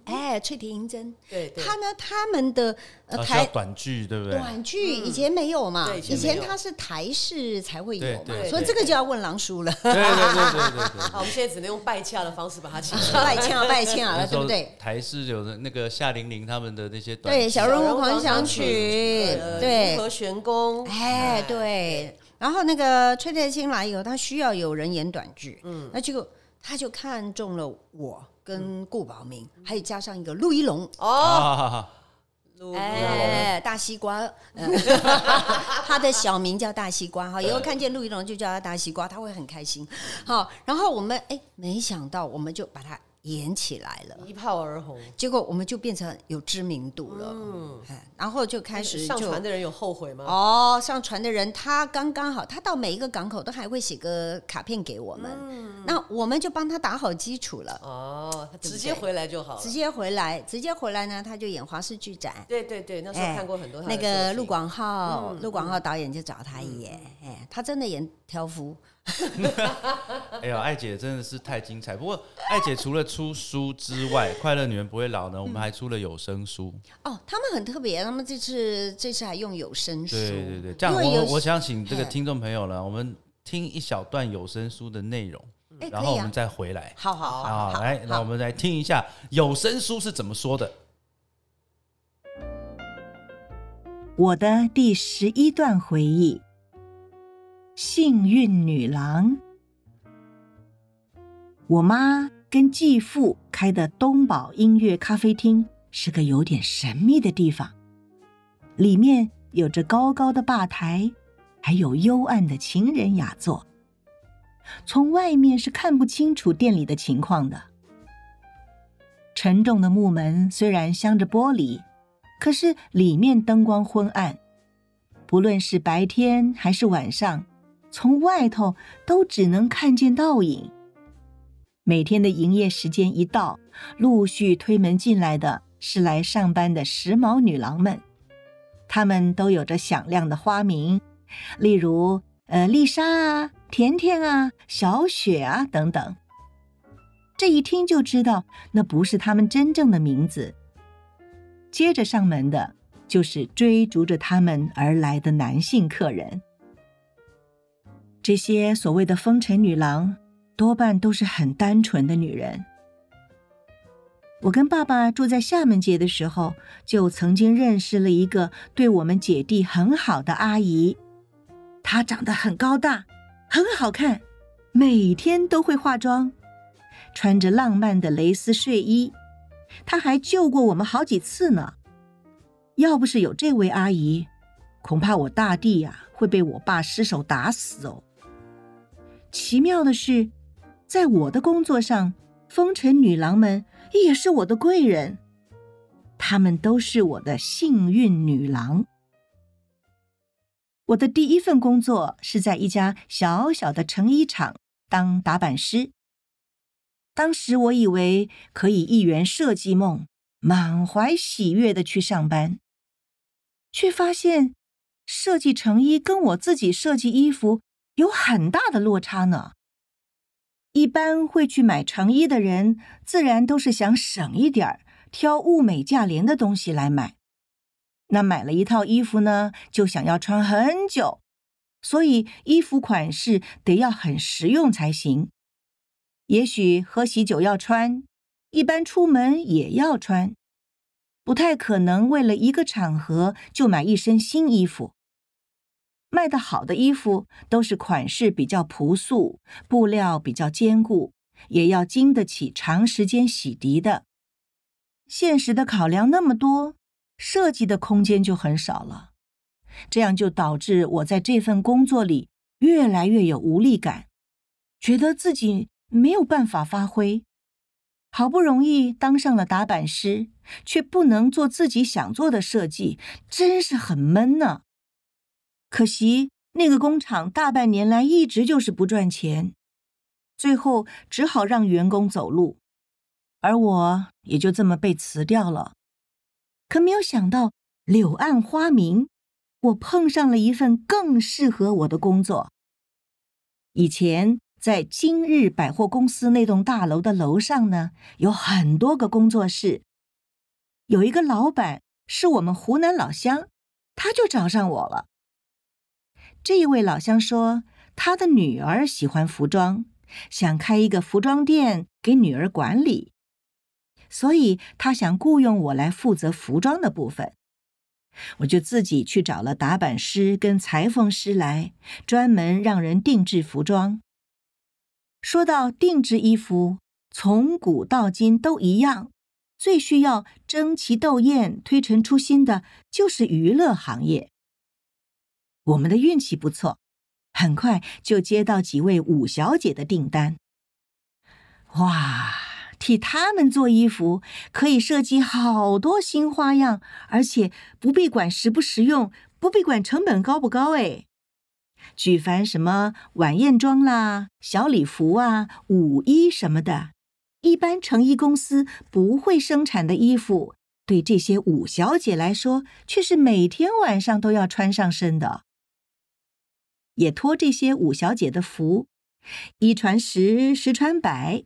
Speaker 3: 哎，翠田银针，
Speaker 1: 嗯对对，
Speaker 3: 他呢，他们的呃
Speaker 2: 啊，
Speaker 3: 台
Speaker 2: 像短剧对不对？
Speaker 3: 短剧以前没有嘛，
Speaker 1: 嗯对以前
Speaker 3: 以前
Speaker 1: 没有
Speaker 3: 他是台视才会有
Speaker 2: 对
Speaker 3: 嘛
Speaker 2: 对，
Speaker 1: 对
Speaker 3: 所以
Speaker 1: 对
Speaker 3: 这个就要问狼 叔了，
Speaker 2: 对对对对对对。
Speaker 1: 好，我们现在只能用拜洽的方式把他请出来。
Speaker 3: 拜欠啊拜欠啊
Speaker 2: 那
Speaker 3: 了，
Speaker 2: 时
Speaker 3: 对
Speaker 2: 候
Speaker 3: 不对？
Speaker 2: 台视有的那个夏玲玲他们的那些短剧，啊
Speaker 3: 对，小人物狂想曲
Speaker 1: 呃，
Speaker 3: 对，
Speaker 1: 如何玄宫，
Speaker 3: 哎，对。然后那个崔太清来以后，他需要有人演短剧，嗯，那结果他就看中了我跟顾宝明，还有加上一个陆一龙，
Speaker 1: 哦，
Speaker 2: 啊，
Speaker 1: 如
Speaker 3: 哎，大西瓜，嗯 他的小名叫大西瓜哈，以后看见陆一龙就叫他大西瓜，他会很开心。好，然后我们哎，没想到我们就把他演起来了，
Speaker 1: 一炮而红，
Speaker 3: 结果我们就变成有知名度了，嗯，然后就开始
Speaker 1: 上
Speaker 3: 就
Speaker 1: 船的人有后悔吗？
Speaker 3: 哦，上船的人他刚刚好，他到每一个港口都还会写个卡片给我们，那我们就帮他打好基础了，
Speaker 1: 嗯哦，他
Speaker 3: 对不
Speaker 1: 直接
Speaker 3: 对
Speaker 1: 回来就好了
Speaker 3: 直。接回来，直接回来呢，他就演华视剧展。
Speaker 1: 对对对，那时候
Speaker 3: 哎
Speaker 1: 看过很多他的
Speaker 3: 那
Speaker 1: 作
Speaker 3: 个陆
Speaker 1: 品，嗯
Speaker 3: 广浩，陆广浩导演就找他演，哎，他真的演挑夫，
Speaker 2: 哎呀，艾姐真的是太精彩。不过，艾姐除了出书之外，《快乐女人不会老》
Speaker 3: 嗯
Speaker 2: 呢，我们还出了有声书。
Speaker 3: 哦，他们很特别，他们这次这次还用有声书，
Speaker 2: 对对对，这样
Speaker 3: 因为
Speaker 2: 我
Speaker 3: 有
Speaker 2: 我想请这个
Speaker 3: 嘿
Speaker 2: 听众朋友呢，我们听一小段有声书的内容，
Speaker 3: 哎，
Speaker 2: 然
Speaker 3: 可
Speaker 2: 后
Speaker 3: 以
Speaker 2: 我们
Speaker 3: 啊，
Speaker 2: 再啊回来。
Speaker 3: 好好好，好
Speaker 2: 来，那我
Speaker 3: 好，
Speaker 2: 们来听一下有声书是怎么说的。
Speaker 4: 我的第十一段回忆：幸运女郎。我妈跟继父开的东宝音乐咖啡厅是个有点神秘的地方，里面有着高高的吧台，还有幽暗的情人雅座。从外面是看不清楚店里的情况的。沉重的木门虽然镶着玻璃，可是里面灯光昏暗，不论是白天还是晚上，从外头都只能看见倒影。每天的营业时间一到，陆续推门进来的是来上班的时髦女郎们，她们都有着响亮的花名，例如呃丽莎啊、甜甜啊、小雪啊等等。这一听就知道，那不是她们真正的名字，接着上门的就是追逐着他们而来的男性客人。这些所谓的风尘女郎，多半都是很单纯的女人。我跟爸爸住在厦门街的时候，就曾经认识了一个对我们姐弟很好的阿姨，她长得很高大，很好看，每天都会化妆，穿着浪漫的蕾丝睡衣，他还救过我们好几次呢。要不是有这位阿姨，恐怕我大弟呀、会被我爸失手打死哦。奇妙的是，在我的工作上，风尘女郎们也是我的贵人，她们都是我的幸运女郎。我的第一份工作是在一家小小的成衣厂当打板师。当时我以为可以一圆设计梦，满怀喜悦的去上班，却发现设计成衣跟我自己设计衣服有很大的落差呢。一般会去买成衣的人，自然都是想省一点儿，挑物美价廉的东西来买。那买了一套衣服呢，就想要穿很久，所以衣服款式得要很实用才行。也许喝喜酒要穿，一般出门也要穿，不太可能为了一个场合就买一身新衣服。卖得好的衣服都是款式比较朴素，布料比较坚固，也要经得起长时间洗涤的。现实的考量那么多，设计的空间就很少了，这样就导致我在这份工作里越来越有无力感。觉得自己没有办法发挥。好不容易当上了打板师，却不能做自己想做的设计，真是很闷呢、可惜那个工厂大半年来一直就是不赚钱，最后只好让员工走路，而我也就这么被辞掉了。可没有想到，柳暗花明，我碰上了一份更适合我的工作。以前在今日百货公司那栋大楼的楼上呢，有很多个工作室。有一个老板是我们湖南老乡，他就找上我了。这一位老乡说，他的女儿喜欢服装，想开一个服装店给女儿管理，所以他想雇佣我来负责服装的部分。我就自己去找了打板师跟裁缝师来，专门让人定制服装。说到定制衣服，从古到今都一样，最需要争奇斗艳、推陈出新的就是娱乐行业。我们的运气不错，很快就接到几位舞小姐的订单。哇，替他们做衣服，可以设计好多新花样，而且不必管实不实用，不必管成本高不高。哎，举凡什么晚宴装啦、小礼服啊、舞衣什么的，一般成衣公司不会生产的衣服，对这些舞小姐来说，却是每天晚上都要穿上身的。也托这些舞小姐的福，一传十，十传百。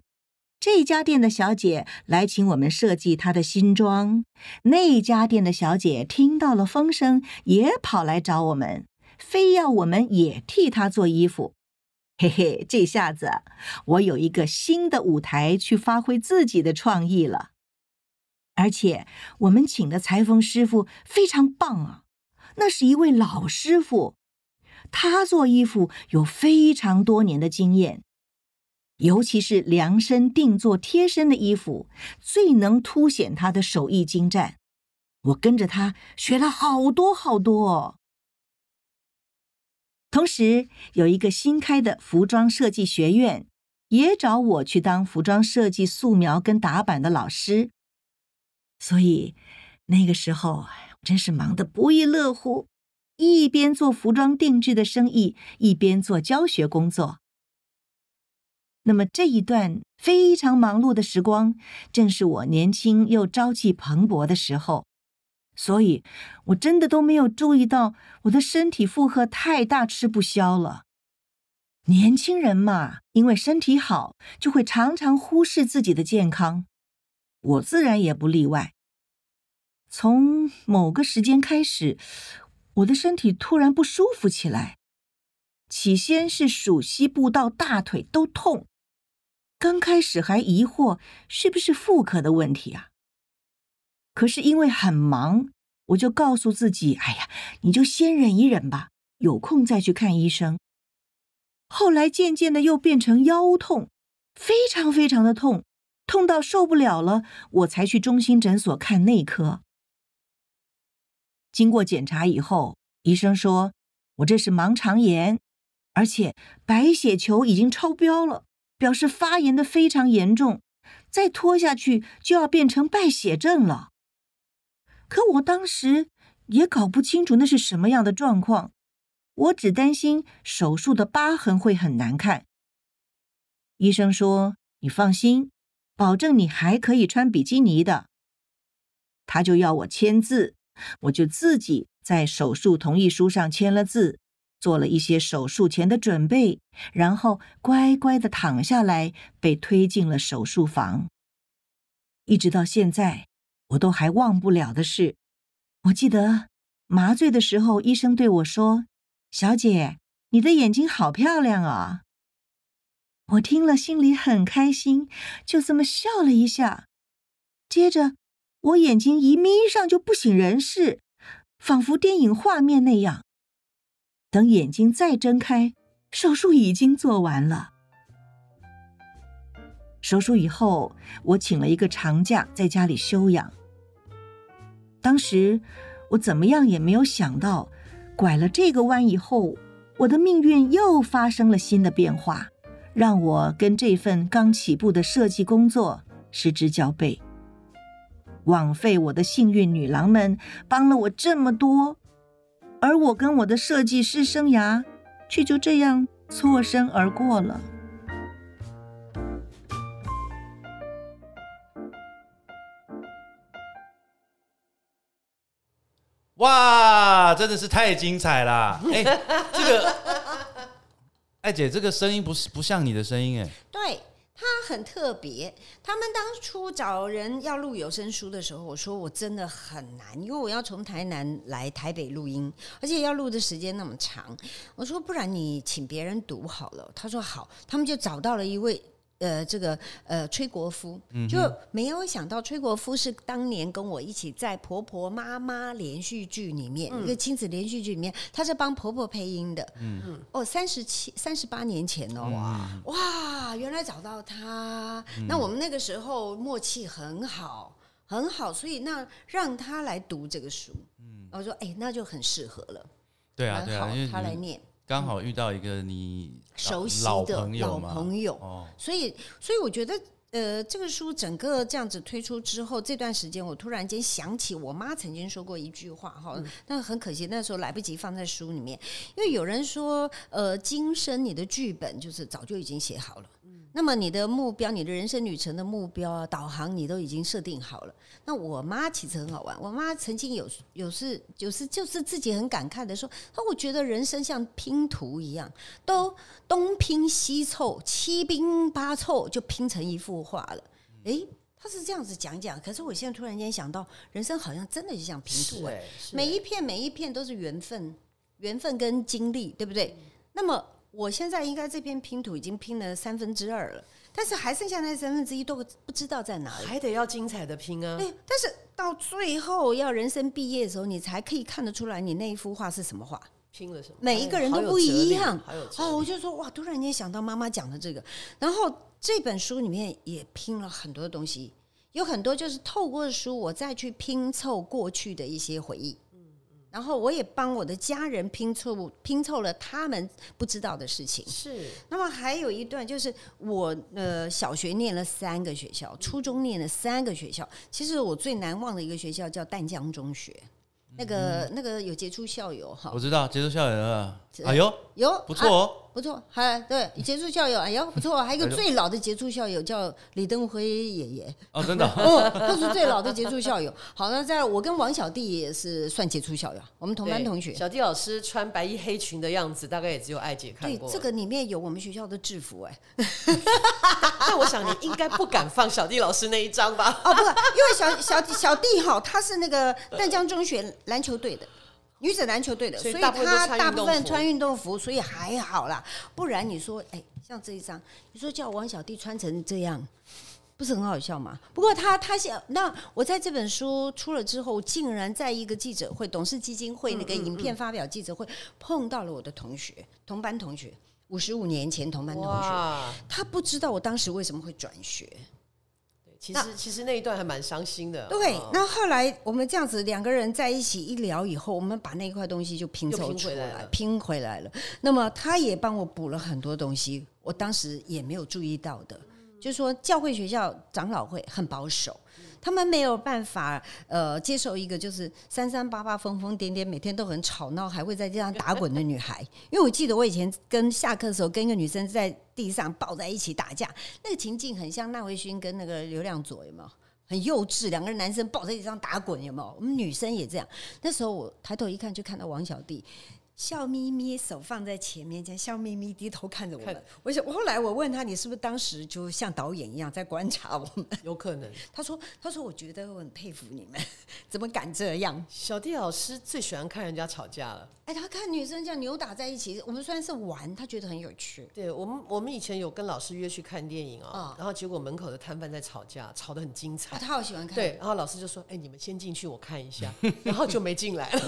Speaker 4: 这家店的小姐来请我们设计她的新装，那家店的小姐听到了风声，也跑来找我们，非要我们也替她做衣服。嘿嘿，这下子啊我有一个新的舞台去发挥自己的创意了。而且我们请的裁缝师傅非常棒啊，那是一位老师傅，他做衣服有非常多年的经验，尤其是量身定做贴身的衣服，最能凸显他的手艺精湛。我跟着他学了好多好多哦。同时，有一个新开的服装设计学院，也找我去当服装设计素描跟打版的老师。所以那个时候哎真是忙得不亦乐乎，一边做服装定制的生意，一边做教学工作。那么这一段非常忙碌的时光，正是我年轻又朝气蓬勃的时候，所以我真的都没有注意到我的身体负荷太大，吃不消了。年轻人嘛，因为身体好，就会常常忽视自己的健康。我自然也不例外。从某个时间开始，我的身体突然不舒服起来，起先是属膝部到大腿都痛，刚开始还疑惑是不是妇科的问题啊。可是因为很忙，我就告诉自己：“哎呀，你就先忍一忍吧，有空再去看医生。”后来渐渐的又变成腰痛，非常非常的痛，痛到受不了了，我才去中心诊所看内科。经过检查以后，医生说我这是盲肠炎，而且白血球已经超标了，表示发炎的非常严重，再拖下去就要变成败血症了。可我当时也搞不清楚那是什么样的状况，我只担心手术的疤痕会很难看。医生说：“你放心，保证你还可以穿比基尼的。”他就要我签字，我就自己在手术同意书上签了字，做了一些手术前的准备，然后乖乖的躺下来，被推进了手术房。一直到现在，我都还忘不了的是，我记得麻醉的时候，医生对我说：“小姐，你的眼睛好漂亮啊、我听了心里很开心，就这么笑了一下。接着，我眼睛一眯上就不省人事，仿佛电影画面那样。等眼睛再睁开，手术已经做完了。手术以后，我请了一个长假，在家里休养。当时我怎么样也没有想到，拐了这个弯以后，我的命运又发生了新的变化，让我跟这份刚起步的设计工作失之交臂。枉费我的幸运女郎们帮了我这么多，而我跟我的设计师生涯却就这样错身而过了。
Speaker 2: 哇，真的是太精彩 啦！哎、这个艾姐，这个声音不是不像你的声音哎、
Speaker 3: 对他很特别。他们当初找人要录有声书的时候，我说我真的很难，因为我要从台南来台北录音，而且要录的时间那么长。我说不然你请别人读好了。他说好，他们就找到了一位。呃，这个呃，崔国夫就没有想到，崔国夫是当年跟我一起在《婆婆妈妈》连续剧里面、一个亲子连续剧里面，他是帮婆婆配音的。嗯，哦，三十七、三十八年前哦，哇，原来找到他。
Speaker 2: 嗯
Speaker 3: 那我们那个时候默契很好，很好，所以那让他来读这个书，嗯，我说哎、那就很适合了，
Speaker 2: 对啊，
Speaker 3: 蛮
Speaker 2: 对啊，
Speaker 3: 好
Speaker 2: 因为，
Speaker 3: 他来
Speaker 2: 你
Speaker 3: 念。嗯
Speaker 2: 刚好遇到一个你
Speaker 3: 熟悉
Speaker 2: 老
Speaker 3: 的
Speaker 2: 朋友嘛，
Speaker 3: 老朋友
Speaker 2: 哦，
Speaker 3: 所以，所以我觉得呃，这个书整个这样子推出之后，这段时间我突然间想起我妈曾经说过一句话哈，
Speaker 2: 嗯
Speaker 3: 但很可惜那时候来不及放在书里面，因为有人说，呃，今生你的剧本就是早就已经写好了。那么你的目标，你的人生旅程的目标啊，导航你都已经设定好了。那我妈其实很好玩，我妈曾经有有时有时就是自己很感慨的说，她说我觉得人生像拼图一样，都东拼西凑，七拼八凑就拼成一幅画了。诶，她是这样子讲讲，可是我现在突然间想到，人生好像真的就像拼图、啊诶
Speaker 1: 哎，是
Speaker 3: 每一片每一片都是缘分，缘分跟经历，对不
Speaker 1: 嗯
Speaker 3: 对？那么我现在应该这片拼图已经拼了三分之二了，但是还剩下那三分之一都不知道在哪里。
Speaker 1: 还得要精彩的拼啊！
Speaker 3: 对，但是到最后要人生毕业的时候，你才可以看得出来你那一幅画是什么画。
Speaker 1: 拼了什么？
Speaker 3: 每一个人
Speaker 1: 哎
Speaker 3: 都不一样
Speaker 1: 好有哲理好
Speaker 3: 哦，
Speaker 1: 有
Speaker 3: 我
Speaker 1: 哲理
Speaker 3: 就说哇，突然间想到妈妈讲的这个，然后这本书里面也拼了很多东西，有很多就是透过书我再去拼凑过去的一些回忆，然后我也帮我的家人拼凑拼凑了他们不知道的事情。
Speaker 1: 是
Speaker 3: 那么还有一段就是我呃小学念了三个学校，初中念了三个学校。其实我最难忘的一个学校叫淡江中学，那个
Speaker 2: 嗯
Speaker 3: 那个有杰出校友哈
Speaker 2: 我，知道，结束校园了。
Speaker 3: 是
Speaker 2: 哎呦，
Speaker 3: 有
Speaker 2: 不错
Speaker 3: 啊
Speaker 2: 哦，
Speaker 3: 不错，还对杰出校友，哎呦不错，还有一个最老的杰出校友叫李登辉爷 爷，
Speaker 2: 哦，真的 哦，
Speaker 3: 哦，他是最老的杰出校友。好，那在我跟王小弟也是算杰出校友，我们同班
Speaker 1: 对
Speaker 3: 同学。
Speaker 1: 小弟老师穿白衣黑裙的样子，大概也只有艾姐看
Speaker 3: 对，
Speaker 1: 过。
Speaker 3: 这，个里面有我们学校的制服、哎，
Speaker 1: 但我想你应该不敢放小弟老师那一张吧？
Speaker 3: 哦不，因为小小小弟哈，他是那个淡江中学篮球队的。女子篮球队的，
Speaker 1: 所
Speaker 3: 所
Speaker 1: 以
Speaker 3: 以
Speaker 1: 大部分都
Speaker 3: 他
Speaker 1: 穿
Speaker 3: 大
Speaker 1: 运动
Speaker 3: 部分
Speaker 1: 服
Speaker 3: 穿运动服，所以还好啦。不然你说，哎，像这一张，你说叫王小弟穿成这样，不是很好笑吗？不过他他现那我在这本书出了之后，竟然在一个记者会，董事基金会那个
Speaker 1: 嗯
Speaker 3: 影片发表记者会，碰到了我的同学，同班同学，五十五年前哦同班同学，
Speaker 1: 哇，
Speaker 3: 他不知道我当时为什么会转学，
Speaker 1: 其实其实那一段还蛮伤心的。
Speaker 3: 对
Speaker 1: 哦，
Speaker 3: 那后来我们这样子两个人在一起一聊以后，我们把那一块东西就拼
Speaker 1: 又
Speaker 3: 凑
Speaker 1: 拼
Speaker 3: 出
Speaker 1: 回来
Speaker 3: 来
Speaker 1: 了，
Speaker 3: 拼回来了。那么他也帮我补了很多东西，我当时也没有注意到的，就是说教会学校长老会很保守。他们没有办法，呃，接受一个就是三三八八、疯疯癫癫，每天都很吵闹，还会在地上打滚的女孩。因为我记得我以前跟下课的时候，跟一个女生在地上抱在一起打架，那个情境很像那维勋跟那个刘亮佐，有没有？很幼稚，两个人男生抱在地上打滚，有没有？我们女生也这样。那时候我抬头一看，就看到王小弟笑眯眯，手放在前面，这样笑眯眯低头看着我们
Speaker 1: 看。
Speaker 3: 我想，后来我问他，你是不是当时就像导演一样在观察我们？
Speaker 1: 有可能。
Speaker 3: 他说，他说我觉得我很佩服你们， 怎么敢这样？
Speaker 1: 小弟老师最喜欢看人家吵架了。
Speaker 3: 哎，他看女生这样扭打在一起，我们虽然是玩，他觉得很有趣。
Speaker 1: 对我们，我们以前有跟老师约去看电影啊、
Speaker 3: 嗯
Speaker 1: 然后结果门口的摊贩在吵架，吵得很精彩
Speaker 3: 啊，。他好喜欢看。
Speaker 1: 对，然后老师就说：“哎、你们先进去，我看一下。” 然后就没进来了。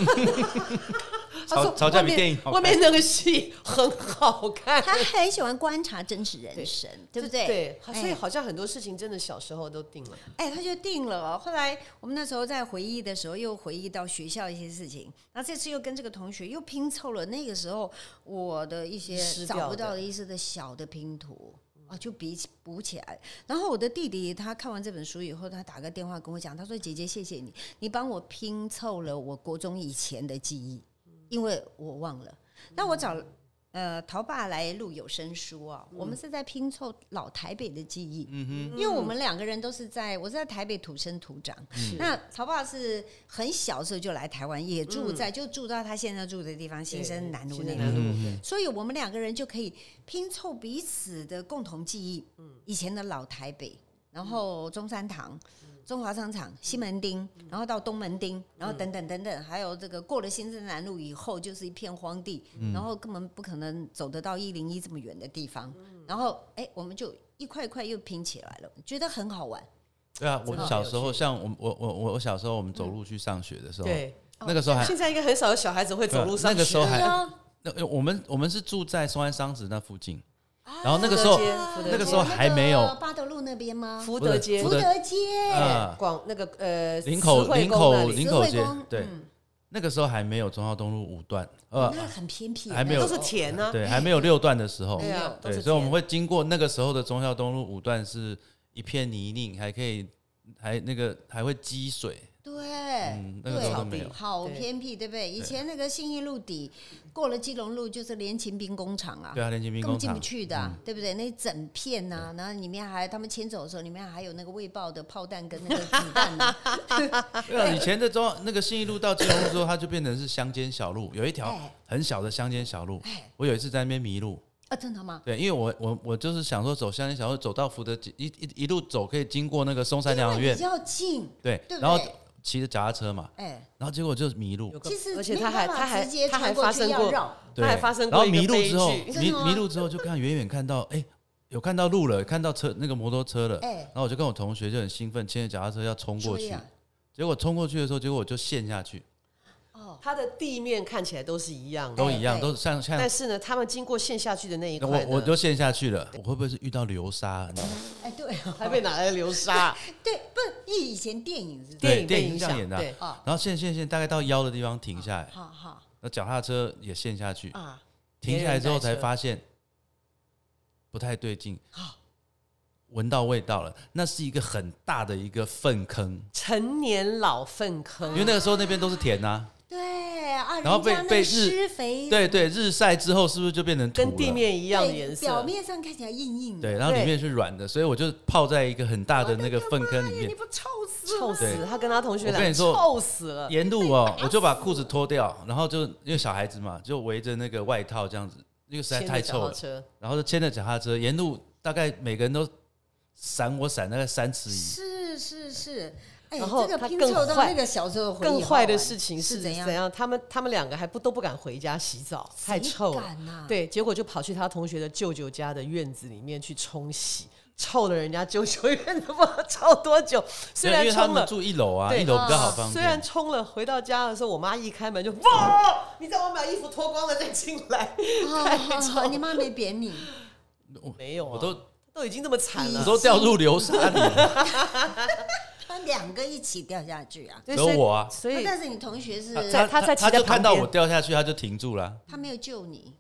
Speaker 1: 他说
Speaker 2: 吵吵架
Speaker 1: 外
Speaker 2: 比
Speaker 1: 面
Speaker 2: 电影好看
Speaker 1: 外面那个戏很好看，
Speaker 3: 他很喜欢观察真实人生，对不对？
Speaker 1: 对，所以
Speaker 3: 哎
Speaker 1: 好像很多事情真的小时候都定了。
Speaker 3: 哎，他就定了哦。后来我们那时候在回忆的时候，又回忆到学校一些事情，然后这次又跟这个同学又拼凑了那个时候我的一些
Speaker 1: 失掉的
Speaker 3: 找不到的一些的小的拼图。啊，就比起补起来。然后我的弟弟他看完这本书以后，他打个电话跟我讲，他说：“姐姐，谢谢你，你帮我拼凑了我国中以前的记忆，因为我忘了。”那我找呃陶爸来录有声书啊，我们是在拼凑老台北的记忆。
Speaker 2: 嗯
Speaker 3: 因为我们两个人都是在，我是在台北土生土长。
Speaker 1: 是
Speaker 3: 那曹爸是很小的时候就来台湾，也住在、就住到他现在住的地方新生南路那
Speaker 1: 新生南
Speaker 3: 边，
Speaker 1: 路
Speaker 2: 嗯
Speaker 3: 所以我们两个人就可以拼凑彼此的共同记忆。以前的老台北，然后中山堂、中华商场、西门町，然后到东门町，然后等等等等，还有这个过了新生南路以后，就是一片荒地，
Speaker 2: 嗯
Speaker 3: 然后根本不可能走得到一零一这么远的地方。然后，哎，我们就一块一块又拼起来了，觉得很好玩。
Speaker 2: 对啊，我
Speaker 1: 真的
Speaker 2: 小
Speaker 1: 很有
Speaker 2: 时候
Speaker 1: 趣
Speaker 2: 像我我我我我小时候我们走路去上学的时候，
Speaker 1: 对，
Speaker 2: 那个时
Speaker 3: 哦
Speaker 2: 候还
Speaker 1: 现在应该很少有小孩子会走路上学。
Speaker 2: 那个时候还
Speaker 3: 对啊，
Speaker 2: 那呃我们我们是住在松安商职那附近，
Speaker 3: 啊
Speaker 2: 然后那个时候
Speaker 1: 福德街福德
Speaker 2: 那个时候还没有
Speaker 3: 巴德路那边吗？
Speaker 1: 福德街
Speaker 2: 福
Speaker 3: 福
Speaker 2: 德
Speaker 3: 德街，
Speaker 2: 啊，
Speaker 1: 广那个呃
Speaker 2: 林口
Speaker 1: 慈惠
Speaker 2: 林
Speaker 1: 宫
Speaker 2: 口
Speaker 1: 那里
Speaker 2: 林
Speaker 3: 慈
Speaker 2: 口
Speaker 3: 惠
Speaker 2: 街
Speaker 3: 宫
Speaker 2: 对
Speaker 3: 嗯
Speaker 2: 那个时候还没有中华东路五段，呃，
Speaker 3: 那很偏僻，
Speaker 2: 还没有
Speaker 1: 都是田啊，
Speaker 2: 对，还没有六段的时候，
Speaker 1: 对啊，都
Speaker 2: 对，
Speaker 1: 是
Speaker 2: 所以我们
Speaker 1: 田
Speaker 2: 会经过那个时候的忠孝东路五段是一片泥泞，还可以还那个还会积水，
Speaker 3: 对，
Speaker 2: 嗯那个时
Speaker 3: 对
Speaker 2: 候都没有，
Speaker 3: 好
Speaker 1: 对
Speaker 3: 偏僻，对不对？以前那个信义路底过了基隆路就是联勤兵工厂啊，
Speaker 2: 对啊，连勤兵
Speaker 3: 根
Speaker 2: 工
Speaker 3: 本进不
Speaker 2: 厂，嗯
Speaker 3: 去的啊、对不对？那一整片呐、然后里面还他们牵走的时候，里面还有那个未爆的炮弹跟那个子弹啊 呐、
Speaker 2: 对啊，以前的中那个信义路到基隆路之后，它就变成是乡间小路，有一条
Speaker 3: 哎
Speaker 2: 很小的乡间小路
Speaker 3: 哎。
Speaker 2: 我有一次在那边迷路，
Speaker 3: 啊，真的吗？
Speaker 2: 对，因为我我我就是想说走乡间小路，走到福德一一一路走可以经过那个松山疗养
Speaker 3: 因为
Speaker 2: 院
Speaker 3: 比，较近，
Speaker 2: 对
Speaker 3: 对，不
Speaker 2: 然后
Speaker 3: 对
Speaker 2: 骑着脚踏车嘛，
Speaker 3: 哎，
Speaker 2: 然后结果就迷路
Speaker 1: 有，个
Speaker 3: 其实
Speaker 1: 而且
Speaker 3: 没
Speaker 1: 他还
Speaker 3: 办法
Speaker 1: 他还
Speaker 3: 直接
Speaker 1: 他还
Speaker 3: 穿过
Speaker 1: 发
Speaker 3: 去
Speaker 1: 生
Speaker 3: 要
Speaker 1: 过
Speaker 3: 绕
Speaker 2: 对，
Speaker 1: 他还发生
Speaker 2: 然
Speaker 1: 过
Speaker 2: 后
Speaker 1: 一个
Speaker 2: 迷路
Speaker 1: 悲
Speaker 2: 之后，
Speaker 1: 剧
Speaker 3: 真
Speaker 2: 迷
Speaker 3: 的吗
Speaker 2: 迷路之后就看远远看到，哎、有看到路了，看到车那个摩托车了，
Speaker 3: 哎
Speaker 2: 然后我就跟我同学就很兴奋，牵着脚踏车要冲过
Speaker 3: 追
Speaker 2: 去，
Speaker 3: 啊
Speaker 2: 结果冲过去的时候，结果我就陷下去，
Speaker 3: 哦，
Speaker 1: 它的地面看起来都是一样的，
Speaker 2: 都一样，
Speaker 3: 对
Speaker 2: 都像像
Speaker 1: 但是呢，他们经过陷下去的那一块
Speaker 2: 我
Speaker 1: 呢，
Speaker 2: 我就陷下去了，我会不会是遇到流沙？你知道吗
Speaker 3: 哎，对哦，
Speaker 1: 还被拿来流 沙，
Speaker 3: 对，不，以以前电影是这样
Speaker 1: 电影
Speaker 2: 电
Speaker 1: 被
Speaker 2: 影
Speaker 1: 影
Speaker 2: 这样
Speaker 1: 响
Speaker 2: 演的啊
Speaker 1: 对
Speaker 3: 啊，
Speaker 2: 然后陷陷陷，大概到腰的地方停下来，
Speaker 3: 好好
Speaker 2: 那脚踏车也陷下去，
Speaker 3: 啊，
Speaker 2: 停下来之后才
Speaker 1: 别人开车
Speaker 2: 发现不太对劲
Speaker 3: 啊，
Speaker 2: 闻到味道了，那是一个很大的一个粪坑，
Speaker 1: 成年老粪坑，
Speaker 2: 因为那个时候那边都是田呐、
Speaker 3: 对啊，
Speaker 2: 然后
Speaker 3: 人
Speaker 2: 被
Speaker 3: 家
Speaker 2: 被
Speaker 3: 那个
Speaker 2: 日
Speaker 3: 施肥，
Speaker 2: 对对，日晒之后是不是就变成土了
Speaker 1: 嗯跟地面一
Speaker 3: 一
Speaker 1: 样的颜色，
Speaker 3: 表面上看起来硬硬的，
Speaker 2: 对，然后里
Speaker 1: 对
Speaker 2: 面是软的，所以我就泡在一个很大的那个粪坑里
Speaker 3: 哎呀，你
Speaker 2: 面。
Speaker 3: 不臭死
Speaker 1: 臭
Speaker 3: 了？
Speaker 1: 死了！他跟他同学
Speaker 2: 我跟
Speaker 1: 俩
Speaker 2: 你说
Speaker 1: 臭死了，
Speaker 2: 沿路哦，我就把裤子脱掉，然后就因为小孩子嘛，就围着那个外套这样子，因为实在
Speaker 1: 牵着
Speaker 2: 太
Speaker 1: 脚
Speaker 2: 臭
Speaker 1: 踏
Speaker 2: 了，
Speaker 1: 车
Speaker 2: 然后就牵着脚踏车，沿路大概每个人都闪我闪大概三尺以，
Speaker 3: 是是是，哎，
Speaker 1: 然后
Speaker 3: 这
Speaker 1: 他
Speaker 3: 个拼
Speaker 1: 更
Speaker 3: 凑到
Speaker 1: 坏
Speaker 3: 那个小时候的回忆
Speaker 1: 更
Speaker 3: 好
Speaker 1: 坏的
Speaker 3: 玩
Speaker 1: 事情是
Speaker 3: 是怎
Speaker 1: 怎
Speaker 3: 样？
Speaker 1: 样？他们他们两个还不都不敢回家洗澡，太臭
Speaker 3: 谁
Speaker 1: 了。
Speaker 3: 敢啊 呐
Speaker 1: 对，结果就跑去他同学的舅舅家的院子里面去冲洗，臭了人家舅舅 院子，不知道臭多久。虽
Speaker 2: 因
Speaker 1: 然
Speaker 2: 为他
Speaker 1: 冲
Speaker 2: 们
Speaker 1: 了，
Speaker 2: 住一楼啊，
Speaker 1: 对嗯
Speaker 2: 一楼比较好方
Speaker 1: 虽然
Speaker 2: 便。
Speaker 1: 冲了，回到家的时候，我妈一开门就哇！你在我把衣服脱光了再进来， 太臭
Speaker 3: 哦，
Speaker 1: 了。
Speaker 3: 你妈没扁你，
Speaker 1: 没有啊，
Speaker 2: 我都
Speaker 1: 都已经这么惨
Speaker 2: 我
Speaker 1: 了，
Speaker 2: 都掉入流沙里了，
Speaker 3: 他两个一起掉下去啊！
Speaker 1: 对
Speaker 2: 只有
Speaker 1: 所以
Speaker 2: 我啊
Speaker 1: 所以啊
Speaker 3: 但是你同学是
Speaker 1: 在他在骑
Speaker 2: 他
Speaker 1: 在
Speaker 2: 就看
Speaker 1: 旁
Speaker 2: 到
Speaker 1: 边
Speaker 2: 我掉下去，他就停住了。
Speaker 3: 他没有救你，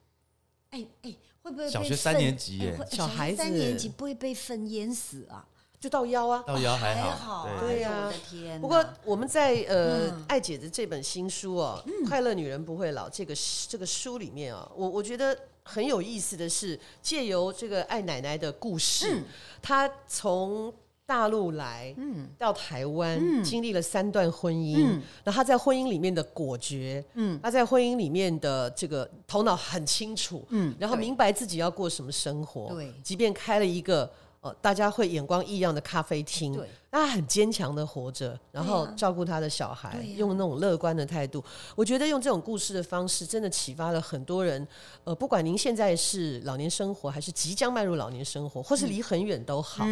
Speaker 3: 哎哎，会不会被
Speaker 2: 小学三
Speaker 3: 粪
Speaker 2: 年级
Speaker 3: 哎
Speaker 2: 耶
Speaker 3: 会
Speaker 1: 小孩
Speaker 3: 三
Speaker 1: 子
Speaker 3: 年级不会被粪淹死啊？
Speaker 1: 就到腰啊，
Speaker 2: 到腰还
Speaker 3: 好啊，
Speaker 1: 对
Speaker 3: 呀，
Speaker 1: 啊
Speaker 3: 我的天！
Speaker 1: 不过我们在呃、
Speaker 3: 嗯
Speaker 1: 艾姐的这本新书哦，快乐女人不会老》这个这个书里面啊、我我觉得很有意思的是，借由这个艾奶奶的故事，
Speaker 3: 嗯
Speaker 1: 她从大陆来，嗯，到台湾，
Speaker 3: 嗯
Speaker 1: 经历了三段婚姻，那、她在婚姻里面的果决，嗯，她在婚姻里面的这个头脑很清楚，嗯，然后
Speaker 3: 对
Speaker 1: 明白自己要过什么生活，
Speaker 3: 对
Speaker 1: 即便开了一个。呃，大家会眼光异样的咖啡厅，
Speaker 3: 对
Speaker 1: 他很坚强的活着，然后照顾他的小孩，
Speaker 3: 啊对呀
Speaker 1: 用那种乐观的态度。我觉得用这种故事的方式，真的启发了很多人。呃，不管您现在是老年生活，还是即将迈入老年生
Speaker 3: 嗯
Speaker 1: 活，或是离很远都好，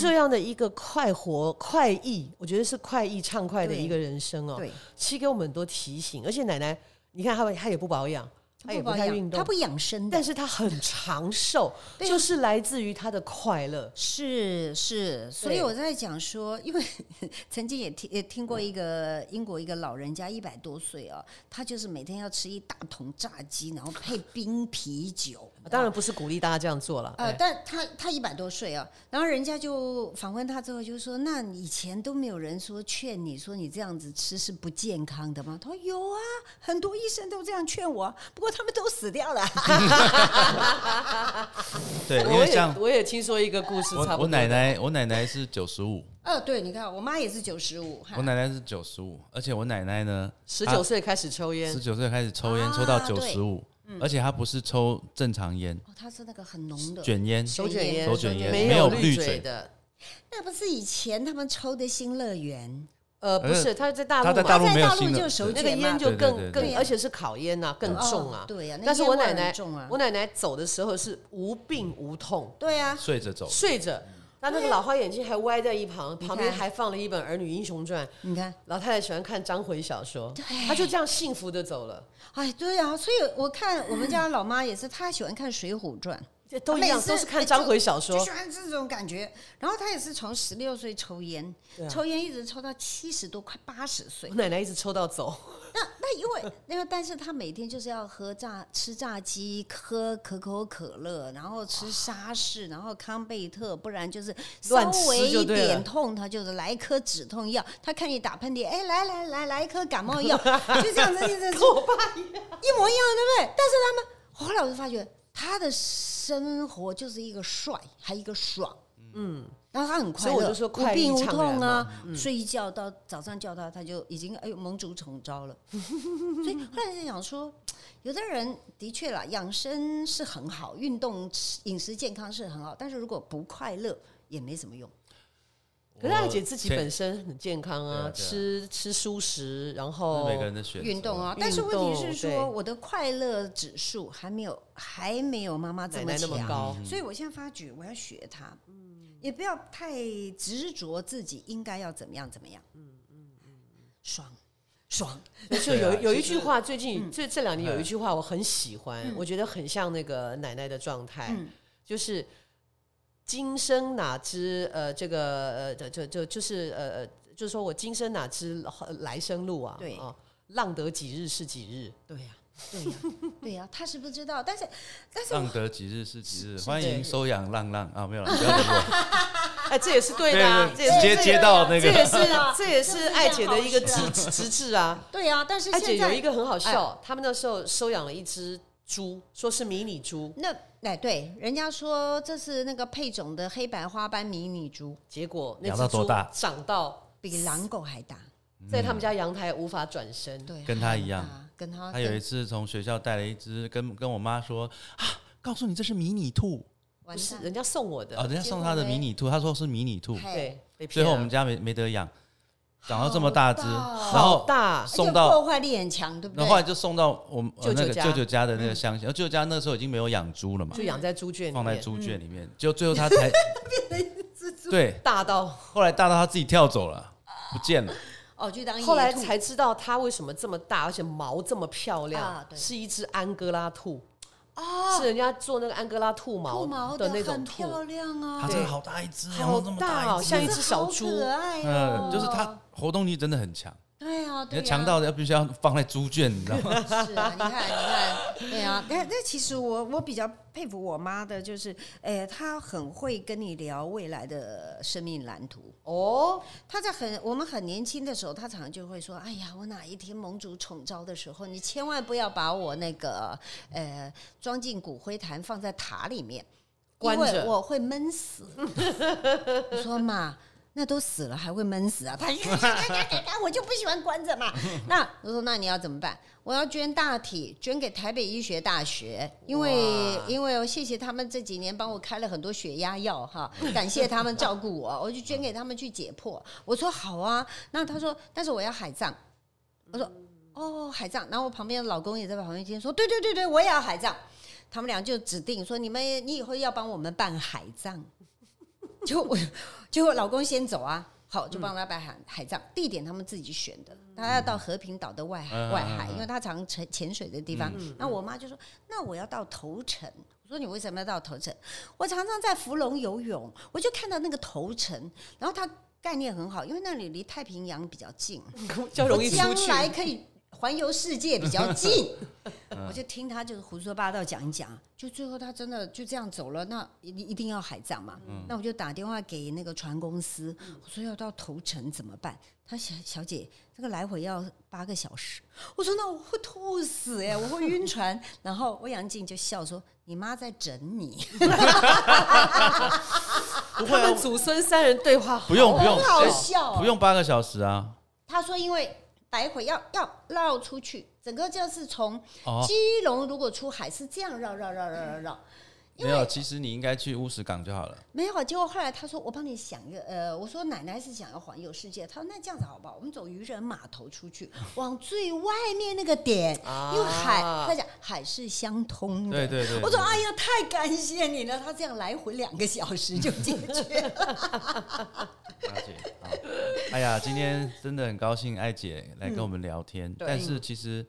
Speaker 1: 这样的一个快活、快意，我觉得是快意畅快的
Speaker 3: 对
Speaker 1: 一个人生哦。
Speaker 3: 对，
Speaker 1: 其实给我们很多提醒。而且奶奶，你看她，她也不保养，她也
Speaker 3: 不
Speaker 1: 不
Speaker 3: 保
Speaker 1: 太
Speaker 3: 养，
Speaker 1: 运动
Speaker 3: 他，不养生的
Speaker 1: 但。是她很长寿，
Speaker 3: 对啊啊
Speaker 1: 就是来自于她的快乐。
Speaker 3: 是是，所以
Speaker 1: 对
Speaker 3: 我在讲说，因为 曾经也听也听过一个英国一个老人家一百多岁哦，他就是每天要吃一大桶炸鸡，然后配冰啤酒。
Speaker 1: 当然不是鼓励大家这样做了，
Speaker 3: 呃，
Speaker 1: 哎
Speaker 3: 但他他一百多岁啊，然后人家就访问他之后就说：“那你以前都没有人说劝你说你这样子吃是不健康的吗？”他说：“有啊，很多医生都这样劝我，不过他们都死掉了。
Speaker 2: 对，因
Speaker 1: 我
Speaker 2: 为
Speaker 1: 也
Speaker 2: 像
Speaker 1: 我也听说一个故事，差
Speaker 2: 我
Speaker 1: 不
Speaker 2: 我
Speaker 1: 多
Speaker 2: 奶奶，我奶奶是九十五，”
Speaker 3: 呃，对，你看我妈也是九十五，
Speaker 2: 我奶奶是九十五，而且我奶奶呢，
Speaker 1: 十九岁开始抽烟
Speaker 2: 啊十，九岁开始抽烟，抽到
Speaker 3: 啊对
Speaker 2: 九十五，而且她不是抽正常烟，
Speaker 3: 哦，她是那个很浓的
Speaker 2: 卷烟，
Speaker 1: 手卷烟，
Speaker 2: 手卷烟
Speaker 1: 没
Speaker 2: 没有
Speaker 1: 绿
Speaker 2: 绿嘴
Speaker 1: 的。
Speaker 3: 那不是以前他们抽的新乐园，
Speaker 1: 呃，不
Speaker 2: 呃
Speaker 1: 是，他在大陆
Speaker 2: 她
Speaker 1: 嘛，
Speaker 2: 在大陆
Speaker 3: 在
Speaker 2: 没有
Speaker 3: 大陆
Speaker 2: 新
Speaker 3: 就
Speaker 2: 的，
Speaker 3: 手
Speaker 2: 对
Speaker 1: 那个
Speaker 3: 卷
Speaker 1: 烟
Speaker 3: 嘛
Speaker 1: 就
Speaker 2: 对对
Speaker 1: 更
Speaker 2: 对
Speaker 1: 更
Speaker 2: 对，
Speaker 1: 而且是烤烟呐，更重啊
Speaker 3: 哦。对呀那
Speaker 1: 但是
Speaker 3: 烟
Speaker 1: 我
Speaker 3: 味
Speaker 1: 奶
Speaker 3: 很
Speaker 1: 奶
Speaker 3: 重啊，
Speaker 1: 我奶奶走的时候是无病无痛，
Speaker 3: 对啊，
Speaker 2: 睡着走，
Speaker 1: 睡着，她那个老花眼镜还歪在一旁，
Speaker 3: 你
Speaker 1: 旁边
Speaker 3: 看
Speaker 1: 还放了一本《儿女英雄传》。
Speaker 3: 你看，
Speaker 1: 老太太喜欢看章回小说，她就这样幸福的走了，
Speaker 3: 哎，对啊，所以我看我们家老妈也是，她喜欢看《水浒传》，
Speaker 1: 这都一样，
Speaker 3: 每次
Speaker 1: 都是看
Speaker 3: 哎
Speaker 1: 章
Speaker 3: 就
Speaker 1: 回小
Speaker 3: 就
Speaker 1: 说
Speaker 3: 喜。欢这种感觉。然后她也是从十六岁
Speaker 1: 啊
Speaker 3: 抽烟，抽烟一直抽到七十多，快八十岁
Speaker 1: 我。奶奶一直抽到走，
Speaker 3: 那那因为那个，但是他每天就是要喝炸吃炸鸡，喝可口可乐，然后吃沙士，然后康贝特，不然就是稍
Speaker 1: 乱吃
Speaker 3: 微
Speaker 1: 就
Speaker 3: 一
Speaker 1: 对了
Speaker 3: 点痛，他就是来一颗止痛药。他看你打喷嚏，哎，来来来来一颗感 冒药，就这样子，一直
Speaker 1: 跟我爸一样，
Speaker 3: 一模一样，对不对？但是他们后来我就发觉，他的生活就是一个帅，还一个爽，
Speaker 1: 嗯，
Speaker 3: 然后他很快
Speaker 1: 所以我
Speaker 3: 乐，
Speaker 1: 就说
Speaker 3: 无
Speaker 1: 快意
Speaker 3: 病无
Speaker 1: 盎然
Speaker 3: 痛啊
Speaker 1: 嘛。嗯
Speaker 3: 睡一觉到早上叫他，他就已经哎呦蒙主宠 招了。所以后来在想说，有的人的确啦，养生是很好，运动、吃饮食健康是很好，但是如果不快乐也没什么用。
Speaker 1: 可是艾姐自己
Speaker 2: 前
Speaker 1: 本身很健康
Speaker 2: 对啊
Speaker 1: 啊，
Speaker 2: 对啊
Speaker 1: 吃吃蔬食，然
Speaker 2: 这
Speaker 1: 后
Speaker 2: 是每个人的选择
Speaker 3: 运动啊，
Speaker 1: 运
Speaker 3: 但是问题是
Speaker 1: 动
Speaker 3: 说，
Speaker 1: 对
Speaker 3: 我的快乐指数还没有还没有妈妈这
Speaker 1: 奶
Speaker 3: 么
Speaker 1: 奶那
Speaker 3: 强。
Speaker 1: 么高，
Speaker 2: 嗯
Speaker 3: 所以我现在发觉我要学他，也不要太执着自己应该要怎么样怎么样，嗯嗯爽爽，
Speaker 1: 就
Speaker 2: 对啊
Speaker 1: 有有一
Speaker 2: 其实
Speaker 1: 句
Speaker 2: 嗯
Speaker 1: 话，最
Speaker 3: 嗯
Speaker 1: 近这这两年有一句话我很喜欢，我觉得很像那个奶奶的状态，
Speaker 3: 嗯
Speaker 1: 就是今生哪知呃这个呃这这这就是呃呃就是说我今生哪知呃来生路啊，
Speaker 3: 对
Speaker 1: 啊，浪得几日是几日，
Speaker 3: 对啊呀、对呀、哎对呀、他是不知道，但是但是
Speaker 2: 浪
Speaker 3: 我
Speaker 2: 得几日是几日，
Speaker 3: 是
Speaker 2: 欢迎
Speaker 3: 对
Speaker 2: 收养浪浪啊！没有了，不要理我。
Speaker 1: 哎，这也是对的、啊，这
Speaker 2: 对
Speaker 1: 也
Speaker 2: 直
Speaker 1: 是
Speaker 2: 接接到那
Speaker 1: 这也
Speaker 2: 个，
Speaker 1: 是这也是艾姐的一个
Speaker 3: 这是一件
Speaker 1: 直直至啊，
Speaker 3: 对呀、但是
Speaker 1: 艾姐
Speaker 3: 现
Speaker 1: 有
Speaker 3: 在哎
Speaker 1: 一个很好笑，他们那时候收养了一只猪，说是迷你猪，
Speaker 3: 那哎对，人家说这是那个配种的黑白花斑迷你猪，
Speaker 1: 结果那
Speaker 2: 养
Speaker 1: 只
Speaker 2: 到
Speaker 1: 猪
Speaker 2: 多大嗯
Speaker 1: 长到。
Speaker 3: 比狼狗还大，
Speaker 1: 在他们家阳台无法转身。
Speaker 3: 对，
Speaker 2: 跟它
Speaker 3: 还
Speaker 2: 一样
Speaker 3: 大，跟他
Speaker 2: 他有一次从学校带了一只，跟跟我妈说啊，告诉你这是迷你兔
Speaker 1: 不是人家送我的，
Speaker 2: 啊，人家送他的迷你兔，他说是迷你兔，
Speaker 1: 对，被
Speaker 2: 最
Speaker 1: 骗
Speaker 2: 后
Speaker 1: 了
Speaker 2: 我们家没没得养，长到这么大只，
Speaker 3: 好大哦
Speaker 2: 然
Speaker 1: 好
Speaker 2: 后
Speaker 1: 大，
Speaker 2: 送
Speaker 3: 而且
Speaker 2: 到
Speaker 3: 破坏力很强，对不
Speaker 2: 然
Speaker 3: 对
Speaker 2: 后？后来就送到我们呃
Speaker 1: 舅舅
Speaker 2: 那个
Speaker 1: 家嗯
Speaker 2: 舅舅家的那个乡下，然后舅舅家那时候已经没有养猪了嘛
Speaker 1: 就，养在猪圈里嗯
Speaker 2: 放在
Speaker 1: 面，
Speaker 2: 猪圈里面，就最 后他才对，
Speaker 1: 大到
Speaker 2: 后来大到他自己跳走了，不见了，
Speaker 3: 哦，就当野
Speaker 1: 后来
Speaker 3: 兔
Speaker 1: 才知道它为什么这么大，而且毛这么漂亮
Speaker 3: 啊，对
Speaker 1: 是一只安哥拉兔，
Speaker 3: 哦，
Speaker 1: 是人家做那个安哥拉兔
Speaker 3: 兔毛
Speaker 1: 毛
Speaker 3: 的
Speaker 1: 那
Speaker 3: 很
Speaker 1: 种兔，
Speaker 3: 漂亮啊，
Speaker 2: 他真的好大一只，
Speaker 1: 好
Speaker 2: 然后这么
Speaker 1: 大
Speaker 2: 一
Speaker 1: 哦
Speaker 2: 只，
Speaker 1: 像一
Speaker 3: 可
Speaker 1: 只
Speaker 3: 是
Speaker 1: 小
Speaker 3: 好
Speaker 1: 猪
Speaker 3: 可爱哦
Speaker 2: 嗯，就是他活动力真的很强，
Speaker 3: 对啊，对
Speaker 2: 你
Speaker 3: 啊，
Speaker 2: 强到要必须要放在猪圈，你知道吗？
Speaker 3: 是啊，你看，你看，对啊。但但其实我我比较佩服我妈的，就是，哎、她很会跟你聊未来的生命蓝图。
Speaker 1: 哦，
Speaker 3: 她在很我们很年轻的时候，她常常就会说：“哎呀，我哪一天盟主宠招的时候，你千万不要把我那个呃装进骨灰坛放在塔里面，
Speaker 1: 关
Speaker 3: 因为
Speaker 1: 着
Speaker 3: 我会闷死。”我说嘛。那都死了还会闷死啊！他我就不喜欢关着嘛。那我说那你要怎么办？我要捐大体，捐给台北医学大学，因为
Speaker 1: 哇
Speaker 3: 因为我谢谢他们这几年帮我开了很多血压药哈，感谢他们照顾我，我就捐给他们去解剖。我说好啊，那他说但是我要海葬，我说哦海葬，然后我旁边的老公也在旁边听说，对对对对，我也要海葬。他们俩就指定说你们你以后要帮我们办海葬， 就我结果老公先走啊，好，就帮他办海海葬，地点他们自己选的，他要到和平岛的外海
Speaker 2: 嗯
Speaker 3: 外海，
Speaker 2: 嗯嗯
Speaker 3: 因为他常潜潜水的地方
Speaker 1: 嗯。
Speaker 3: 那我妈就说：“那我要到头城。”我说：“你为什么要到头城？”我常常在芙蓉游泳，我就看到那个头城，然后它概念很好，因为那里离太平洋比较近，
Speaker 1: 比较容易出
Speaker 3: 将
Speaker 1: 去。
Speaker 3: 来可以环游世界比较近。我就听他就是胡说八道讲一讲，就最后他真的就这样走了，那一一定要海葬嘛。那我就打电话给那个船公司，我说要到头城怎么办？他小小姐，这个来回要八个小时。我说那我会吐死哎、我会晕船。然后欧阳靖就笑说：“你妈在整你。”
Speaker 2: 不会
Speaker 1: 他
Speaker 2: 啊
Speaker 1: 们，祖孙三人对话好，
Speaker 2: 不用不用，
Speaker 3: 很好
Speaker 2: 哎
Speaker 3: 笑哦
Speaker 2: 不用八个小时啊，
Speaker 3: 他说因为来回要要绕出去，整个就是从
Speaker 2: 哦
Speaker 3: 基隆如果出海是这样绕绕绕绕绕绕。因
Speaker 2: 没
Speaker 3: 为
Speaker 2: 有，啊其实你应该去乌石港就好了。
Speaker 3: 没有，结果后来他说我帮你想一个，呃，我说奶奶是想要环游世界，他说那这样子好不好？我们走渔人码头出去，往最外面那个点，
Speaker 1: 啊
Speaker 3: 因为海，他讲海是相通的。
Speaker 2: 对对对
Speaker 3: 我说哎呀，太感谢你了，他这样来回两个小时就解决了。
Speaker 2: 了解啊。哎呀，今天真的很高兴艾姐来跟我们聊天，
Speaker 1: 对
Speaker 2: 但是其实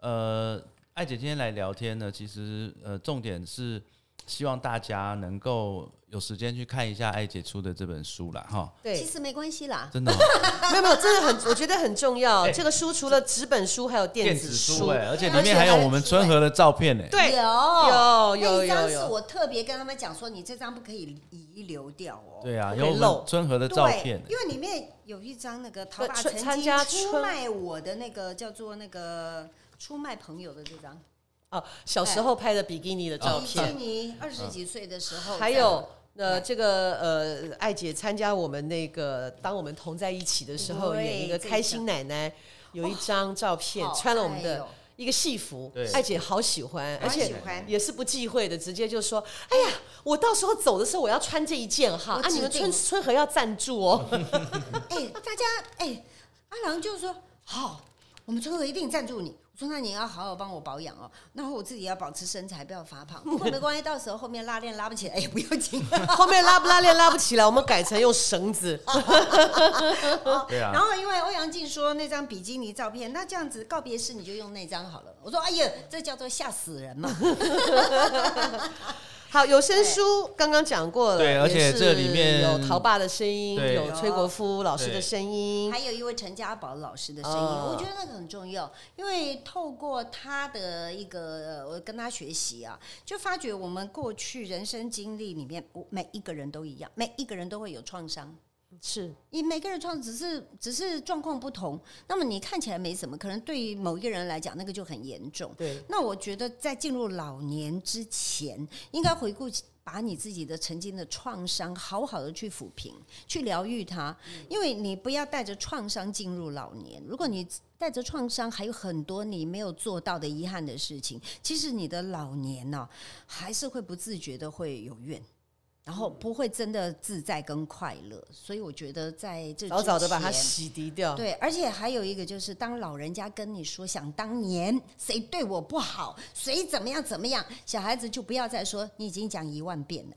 Speaker 2: 呃，艾姐今天来聊天呢，其实呃，重点是希望大家能够有时间去看一下艾姐出的这本书啦，哈，
Speaker 1: 对
Speaker 3: 其，实没关系啦。
Speaker 2: 真的哦
Speaker 1: 没有没有，这个很，我觉得很重要。
Speaker 2: 哎
Speaker 1: 这个书除了纸本书，还有电
Speaker 2: 电
Speaker 1: 子
Speaker 2: 子
Speaker 1: 书
Speaker 2: 书。哎，而且
Speaker 3: 而
Speaker 2: 里
Speaker 3: 且
Speaker 2: 面还有
Speaker 3: 还有
Speaker 2: 我们
Speaker 3: 书
Speaker 2: 春
Speaker 3: 哎
Speaker 2: 和的照片哎，
Speaker 1: 对，有
Speaker 3: 有
Speaker 1: 有
Speaker 3: 那一张
Speaker 1: 有
Speaker 3: 是
Speaker 1: 有，
Speaker 3: 我特别跟他们讲说，你这张不可以遗留掉哦。
Speaker 2: 对啊，
Speaker 1: 不
Speaker 2: 有
Speaker 1: 可以
Speaker 2: 我们
Speaker 1: 漏
Speaker 2: 春和的
Speaker 3: 对
Speaker 2: 照片哎，
Speaker 3: 因为里面有一张那个陶
Speaker 1: 对
Speaker 3: 爸
Speaker 1: 春
Speaker 3: 曾
Speaker 1: 参
Speaker 3: 经
Speaker 1: 加
Speaker 3: 出
Speaker 1: 春
Speaker 3: 卖我的那个叫做那个出卖朋友的这张
Speaker 1: 哦，小时候拍的比基尼的照
Speaker 3: 比基
Speaker 1: 片，
Speaker 3: 尼，二十几岁的时候，
Speaker 1: 还有。呃，这个呃，艾姐参加我们那个《当我们同在一起》的时候，
Speaker 3: 对
Speaker 1: 演一个
Speaker 3: 这一
Speaker 1: 开心奶奶，有一张照片，
Speaker 3: 好
Speaker 1: 穿了我们
Speaker 3: 爱
Speaker 1: 的
Speaker 3: 哟
Speaker 1: 一个戏服
Speaker 2: 对，
Speaker 1: 艾姐好喜欢，而
Speaker 3: 而
Speaker 1: 且
Speaker 3: 喜欢
Speaker 1: 也是不忌讳的，直接就说：“哎呀，我到时候走的时候我要穿这一件哈，
Speaker 3: 我
Speaker 1: 啊，你们
Speaker 3: 指
Speaker 1: 春
Speaker 3: 定
Speaker 1: 春和要赞助哦。
Speaker 3: 哎，大家哎，阿郎就说好，我们村委一定赞助你。我说那你要好好帮我保养哦，然后我自己要保持身材，不要发胖。不过没关系，到时候后面拉链拉不起来也 不要紧。”
Speaker 1: 后面拉不拉链拉不起来，我们改成用绳 子。
Speaker 2: 对啊
Speaker 3: 然后因为欧阳靖说那张比基尼照片，那这样子告别式你就用那张好了。我说哎呀，这叫做吓死人嘛。
Speaker 1: 好，有声书刚刚讲过了，
Speaker 2: 对而且
Speaker 1: 也是
Speaker 2: 这里面
Speaker 1: 有陶爸的声音，
Speaker 2: 对
Speaker 1: 有崔国夫老师的
Speaker 2: 对
Speaker 1: 声音
Speaker 3: 还，有一位陈家宝老师的声音，
Speaker 1: 哦
Speaker 3: 我觉得那个很重要，因为透过他的一个，我跟他学习啊，就发觉我们过去人生经历里面，我每一个人都一样，每一个人都会有创伤。
Speaker 1: 是
Speaker 3: 你每个人创只是只是状况不同，那么你看起来没什么，可能对于某一个人来讲，那个就很严重。
Speaker 1: 对，
Speaker 3: 那我觉得在进入老年之前，应该回顾把你自己的曾经的创伤好好的去抚平、去疗愈它，
Speaker 1: 嗯
Speaker 3: 因为你不要带着创伤进入老年。如果你带着创伤，还有很多你没有做到的遗憾的事情，其实你的老年呢、还是会不自觉的会有怨。
Speaker 1: 嗯
Speaker 3: 然后不会真的自在跟快乐，所以我觉得在这
Speaker 1: 早早的把它
Speaker 3: 之前
Speaker 1: 洗涤掉。
Speaker 3: 对，而且还有一个就是，当老人家跟你说想当年谁对我不好，谁怎么样怎么样，小孩子就不要再说你已经讲一万遍了，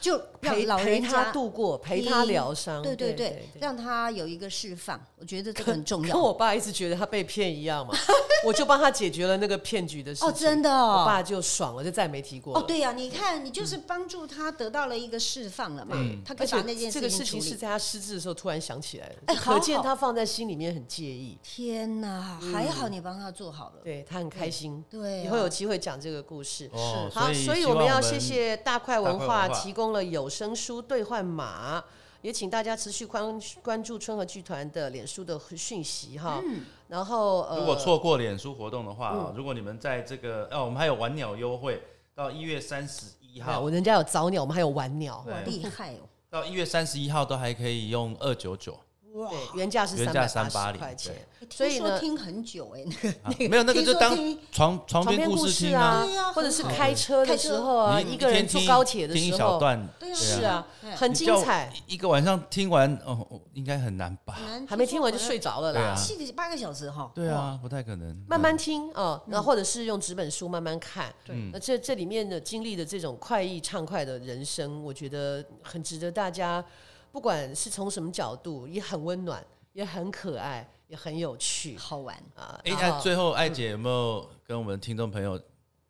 Speaker 3: 就让
Speaker 1: 陪
Speaker 3: 老
Speaker 1: 陪
Speaker 3: 人
Speaker 1: 他
Speaker 3: 家嗯
Speaker 1: 度过，陪他疗伤，
Speaker 3: 对对
Speaker 1: 对
Speaker 3: 对，让他有一个释放，我觉得这个很 重
Speaker 1: 跟
Speaker 3: 要。
Speaker 1: 我爸一直觉得他被骗一样嘛， 我就帮他解决了那个骗局的事情。
Speaker 3: 哦，真的
Speaker 1: 我
Speaker 3: 哦，
Speaker 1: 爸就爽了，就再也没提过
Speaker 3: 哦
Speaker 1: 了。
Speaker 3: 对呀、你看你就是帮助他得到了一个释放了嘛，他
Speaker 1: 嗯而
Speaker 3: 可以
Speaker 1: 且
Speaker 3: 把那件
Speaker 1: 这个
Speaker 3: 情
Speaker 1: 事
Speaker 3: 处
Speaker 1: 情是
Speaker 3: 理。
Speaker 1: 在他嗯失智的时候突然想起来的，
Speaker 3: 哎
Speaker 1: 就
Speaker 3: 好
Speaker 1: 可见
Speaker 3: 好
Speaker 1: 他放在心里面很介意，
Speaker 3: 天哪，还好你帮他做好了，
Speaker 1: 对他很开心。
Speaker 3: 对啊，
Speaker 1: 以后有机会讲这个故事。
Speaker 2: 哦
Speaker 1: 好，所以
Speaker 2: 希
Speaker 1: 我们
Speaker 2: 望
Speaker 1: 要谢谢大块文
Speaker 2: 大块
Speaker 1: 化
Speaker 2: 文化
Speaker 1: 提供了有声书兑换码，也请大家持续关关注春和剧团的脸书的讯息哈。
Speaker 3: 嗯
Speaker 1: 然后呃，嗯
Speaker 2: 如果错过脸书活动的话啊，如果你们在这个哦，我们还有晚鸟优惠，到一月三十一
Speaker 1: 没有
Speaker 2: 号，
Speaker 1: 人家有早啊鸟，我们还有晚鸟，
Speaker 3: 哇
Speaker 2: 对
Speaker 3: 厉害哦，
Speaker 2: 到一月三十一号都还可以用二九 九，
Speaker 3: 哇
Speaker 1: 对，原价是
Speaker 2: 原
Speaker 1: 三
Speaker 2: 价
Speaker 1: 百八十
Speaker 2: 380
Speaker 1: 块钱
Speaker 2: 对。
Speaker 1: 所以
Speaker 3: 听说
Speaker 1: 呢
Speaker 3: 听很久哎，那 个
Speaker 2: 啊没有那个
Speaker 3: 听
Speaker 2: 就
Speaker 3: 说
Speaker 2: 当
Speaker 3: 听
Speaker 2: 床
Speaker 1: 床
Speaker 2: 床边
Speaker 1: 边
Speaker 2: 故
Speaker 1: 故
Speaker 2: 事
Speaker 1: 事
Speaker 2: 听啊，
Speaker 3: 对呀
Speaker 1: 或者是
Speaker 3: 很好
Speaker 1: 开车的
Speaker 3: 开车
Speaker 1: 时候啊，
Speaker 2: 你
Speaker 1: 一个人
Speaker 2: 天
Speaker 1: 坐
Speaker 2: 听
Speaker 1: 高铁的
Speaker 2: 听一
Speaker 1: 时
Speaker 2: 小
Speaker 1: 候，
Speaker 2: 段，
Speaker 3: 对啊，
Speaker 1: 是啊
Speaker 3: 对，
Speaker 1: 很
Speaker 2: 你
Speaker 1: 精
Speaker 2: 叫我
Speaker 1: 彩，
Speaker 2: 一个晚上听完哦，哦应该很难吧？
Speaker 3: 很难
Speaker 1: 还没听完就睡
Speaker 3: 着。
Speaker 1: 着了
Speaker 2: 对
Speaker 1: 啦
Speaker 2: 啊。
Speaker 3: 七个八个小时哈，
Speaker 2: 对啊，不太可能。
Speaker 1: 慢慢听
Speaker 3: 嗯
Speaker 1: 哦，那或者是用纸本书慢慢看，
Speaker 2: 对
Speaker 1: 那这这里面的经历的这种快意畅快的人生，我觉得很值得大家，不管是从什么角度，也很温暖，也很可爱，也很有趣
Speaker 3: 好玩。
Speaker 1: 啊。
Speaker 2: 哎，
Speaker 1: 然
Speaker 2: 那
Speaker 1: 后
Speaker 2: 最后艾姐有没有跟我们听众朋友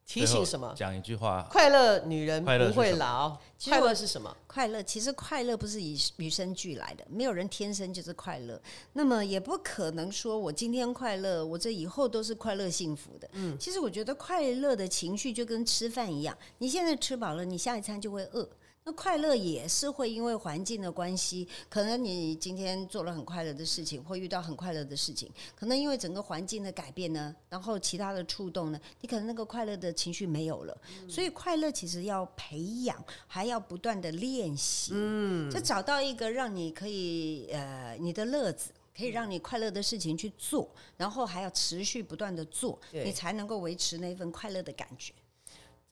Speaker 1: 提
Speaker 2: 最
Speaker 1: 醒
Speaker 2: 后
Speaker 1: 什么？
Speaker 2: 讲一句话，
Speaker 1: 快乐女人
Speaker 2: 快乐是
Speaker 1: 不会
Speaker 2: 什么
Speaker 1: 老，
Speaker 3: 其实
Speaker 1: 快
Speaker 3: 我
Speaker 1: 乐是什么？
Speaker 3: 快乐其实快乐不是与与生俱来的，没有人天生就是快乐，那么也不可能说我今天快乐，我这以后都是快乐幸福的。嗯，其实我觉得快乐的情绪就跟吃饭一样，你现在吃饱了，你下一餐就会饿。那快乐也是会因为环境的关系，可能你今天做了很快乐的事情，或遇到很快乐的事情，可能因为整个环境的改变呢，然后其他的触动呢，你可能那个快乐的情绪没有了。所以快乐其实要培养，还要不断的练习。嗯，就找到一个让你可以呃你的乐子。可以让你快乐的事情去做，然后还要持续不断的做，
Speaker 1: 对
Speaker 3: 你才能够维持那份快乐的感觉。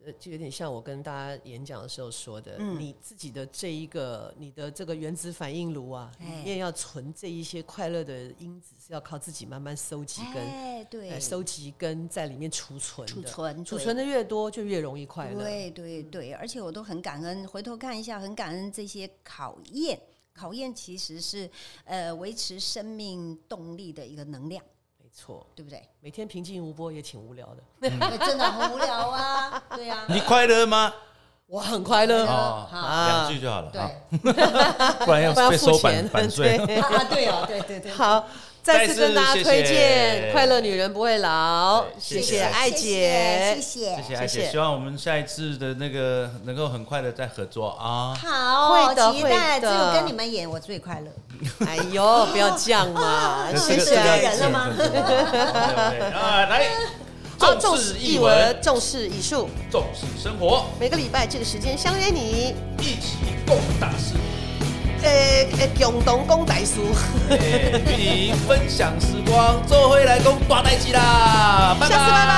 Speaker 1: 呃，就有点像我跟大家演讲的时候说的，
Speaker 3: 嗯
Speaker 1: 你自己的这一个，你的这个原子反应炉啊，里
Speaker 3: 哎
Speaker 1: 面要存这一些快乐的因子，是要靠自己慢慢收集跟、
Speaker 3: 哎，对
Speaker 1: 呃，收集跟在里面储存的
Speaker 3: 储存
Speaker 1: 储
Speaker 3: 对
Speaker 1: 存的越多，就越容易快乐。
Speaker 3: 对对对，而且我都很感恩，回头看一下，很感恩这些考验。考验其实是呃维持生命动力的一个能量，
Speaker 1: 没错，
Speaker 3: 对 不对？
Speaker 1: 每天平静无波也挺无聊的，
Speaker 3: 真的很无聊啊，对啊。
Speaker 2: 你快乐吗？
Speaker 1: 我很快乐
Speaker 3: 好
Speaker 2: 哦，
Speaker 1: 好
Speaker 2: 两句就好了
Speaker 3: 对
Speaker 2: 啊，不然要
Speaker 1: 不然
Speaker 2: 被
Speaker 1: 要付
Speaker 2: 收版
Speaker 1: 钱
Speaker 2: 版税。
Speaker 1: 对
Speaker 3: 啊啊，对哦，对对对，
Speaker 1: 好，再次跟大家
Speaker 2: 再次
Speaker 1: 推
Speaker 2: 谢
Speaker 1: 荐
Speaker 2: 谢
Speaker 1: 《快乐女人不会老》，
Speaker 2: 对
Speaker 1: 谢
Speaker 2: 谢谢
Speaker 1: 艾姐
Speaker 3: 谢，谢，
Speaker 2: 谢谢艾
Speaker 1: 谢
Speaker 2: 姐，
Speaker 1: 谢
Speaker 2: 希望我们下一次的那个能够很快的再合作啊。
Speaker 3: 好，
Speaker 1: 会的
Speaker 3: 期
Speaker 1: 会
Speaker 3: 待，只
Speaker 1: 的
Speaker 3: 有跟你们演，我最快乐。
Speaker 1: 哎呦，不要这样嘛，
Speaker 3: 啊
Speaker 1: 谢
Speaker 3: 这个
Speaker 1: 谢
Speaker 3: 这个
Speaker 1: 艾
Speaker 3: 人
Speaker 1: 姐
Speaker 3: 了。吗
Speaker 2: 对对对对啊，来，
Speaker 1: 好，
Speaker 2: 重
Speaker 1: 重
Speaker 2: 视
Speaker 1: 视
Speaker 2: 译
Speaker 1: 译
Speaker 2: 文
Speaker 1: 文，，重视艺术，
Speaker 2: 重视生活，
Speaker 1: 每个礼拜这个时间相约你，
Speaker 2: 一起共大 事。
Speaker 1: 呃呃，共同讲大事，
Speaker 2: 哎与你分享时光，做回来共大代志啦，拜
Speaker 1: 下次拜拜。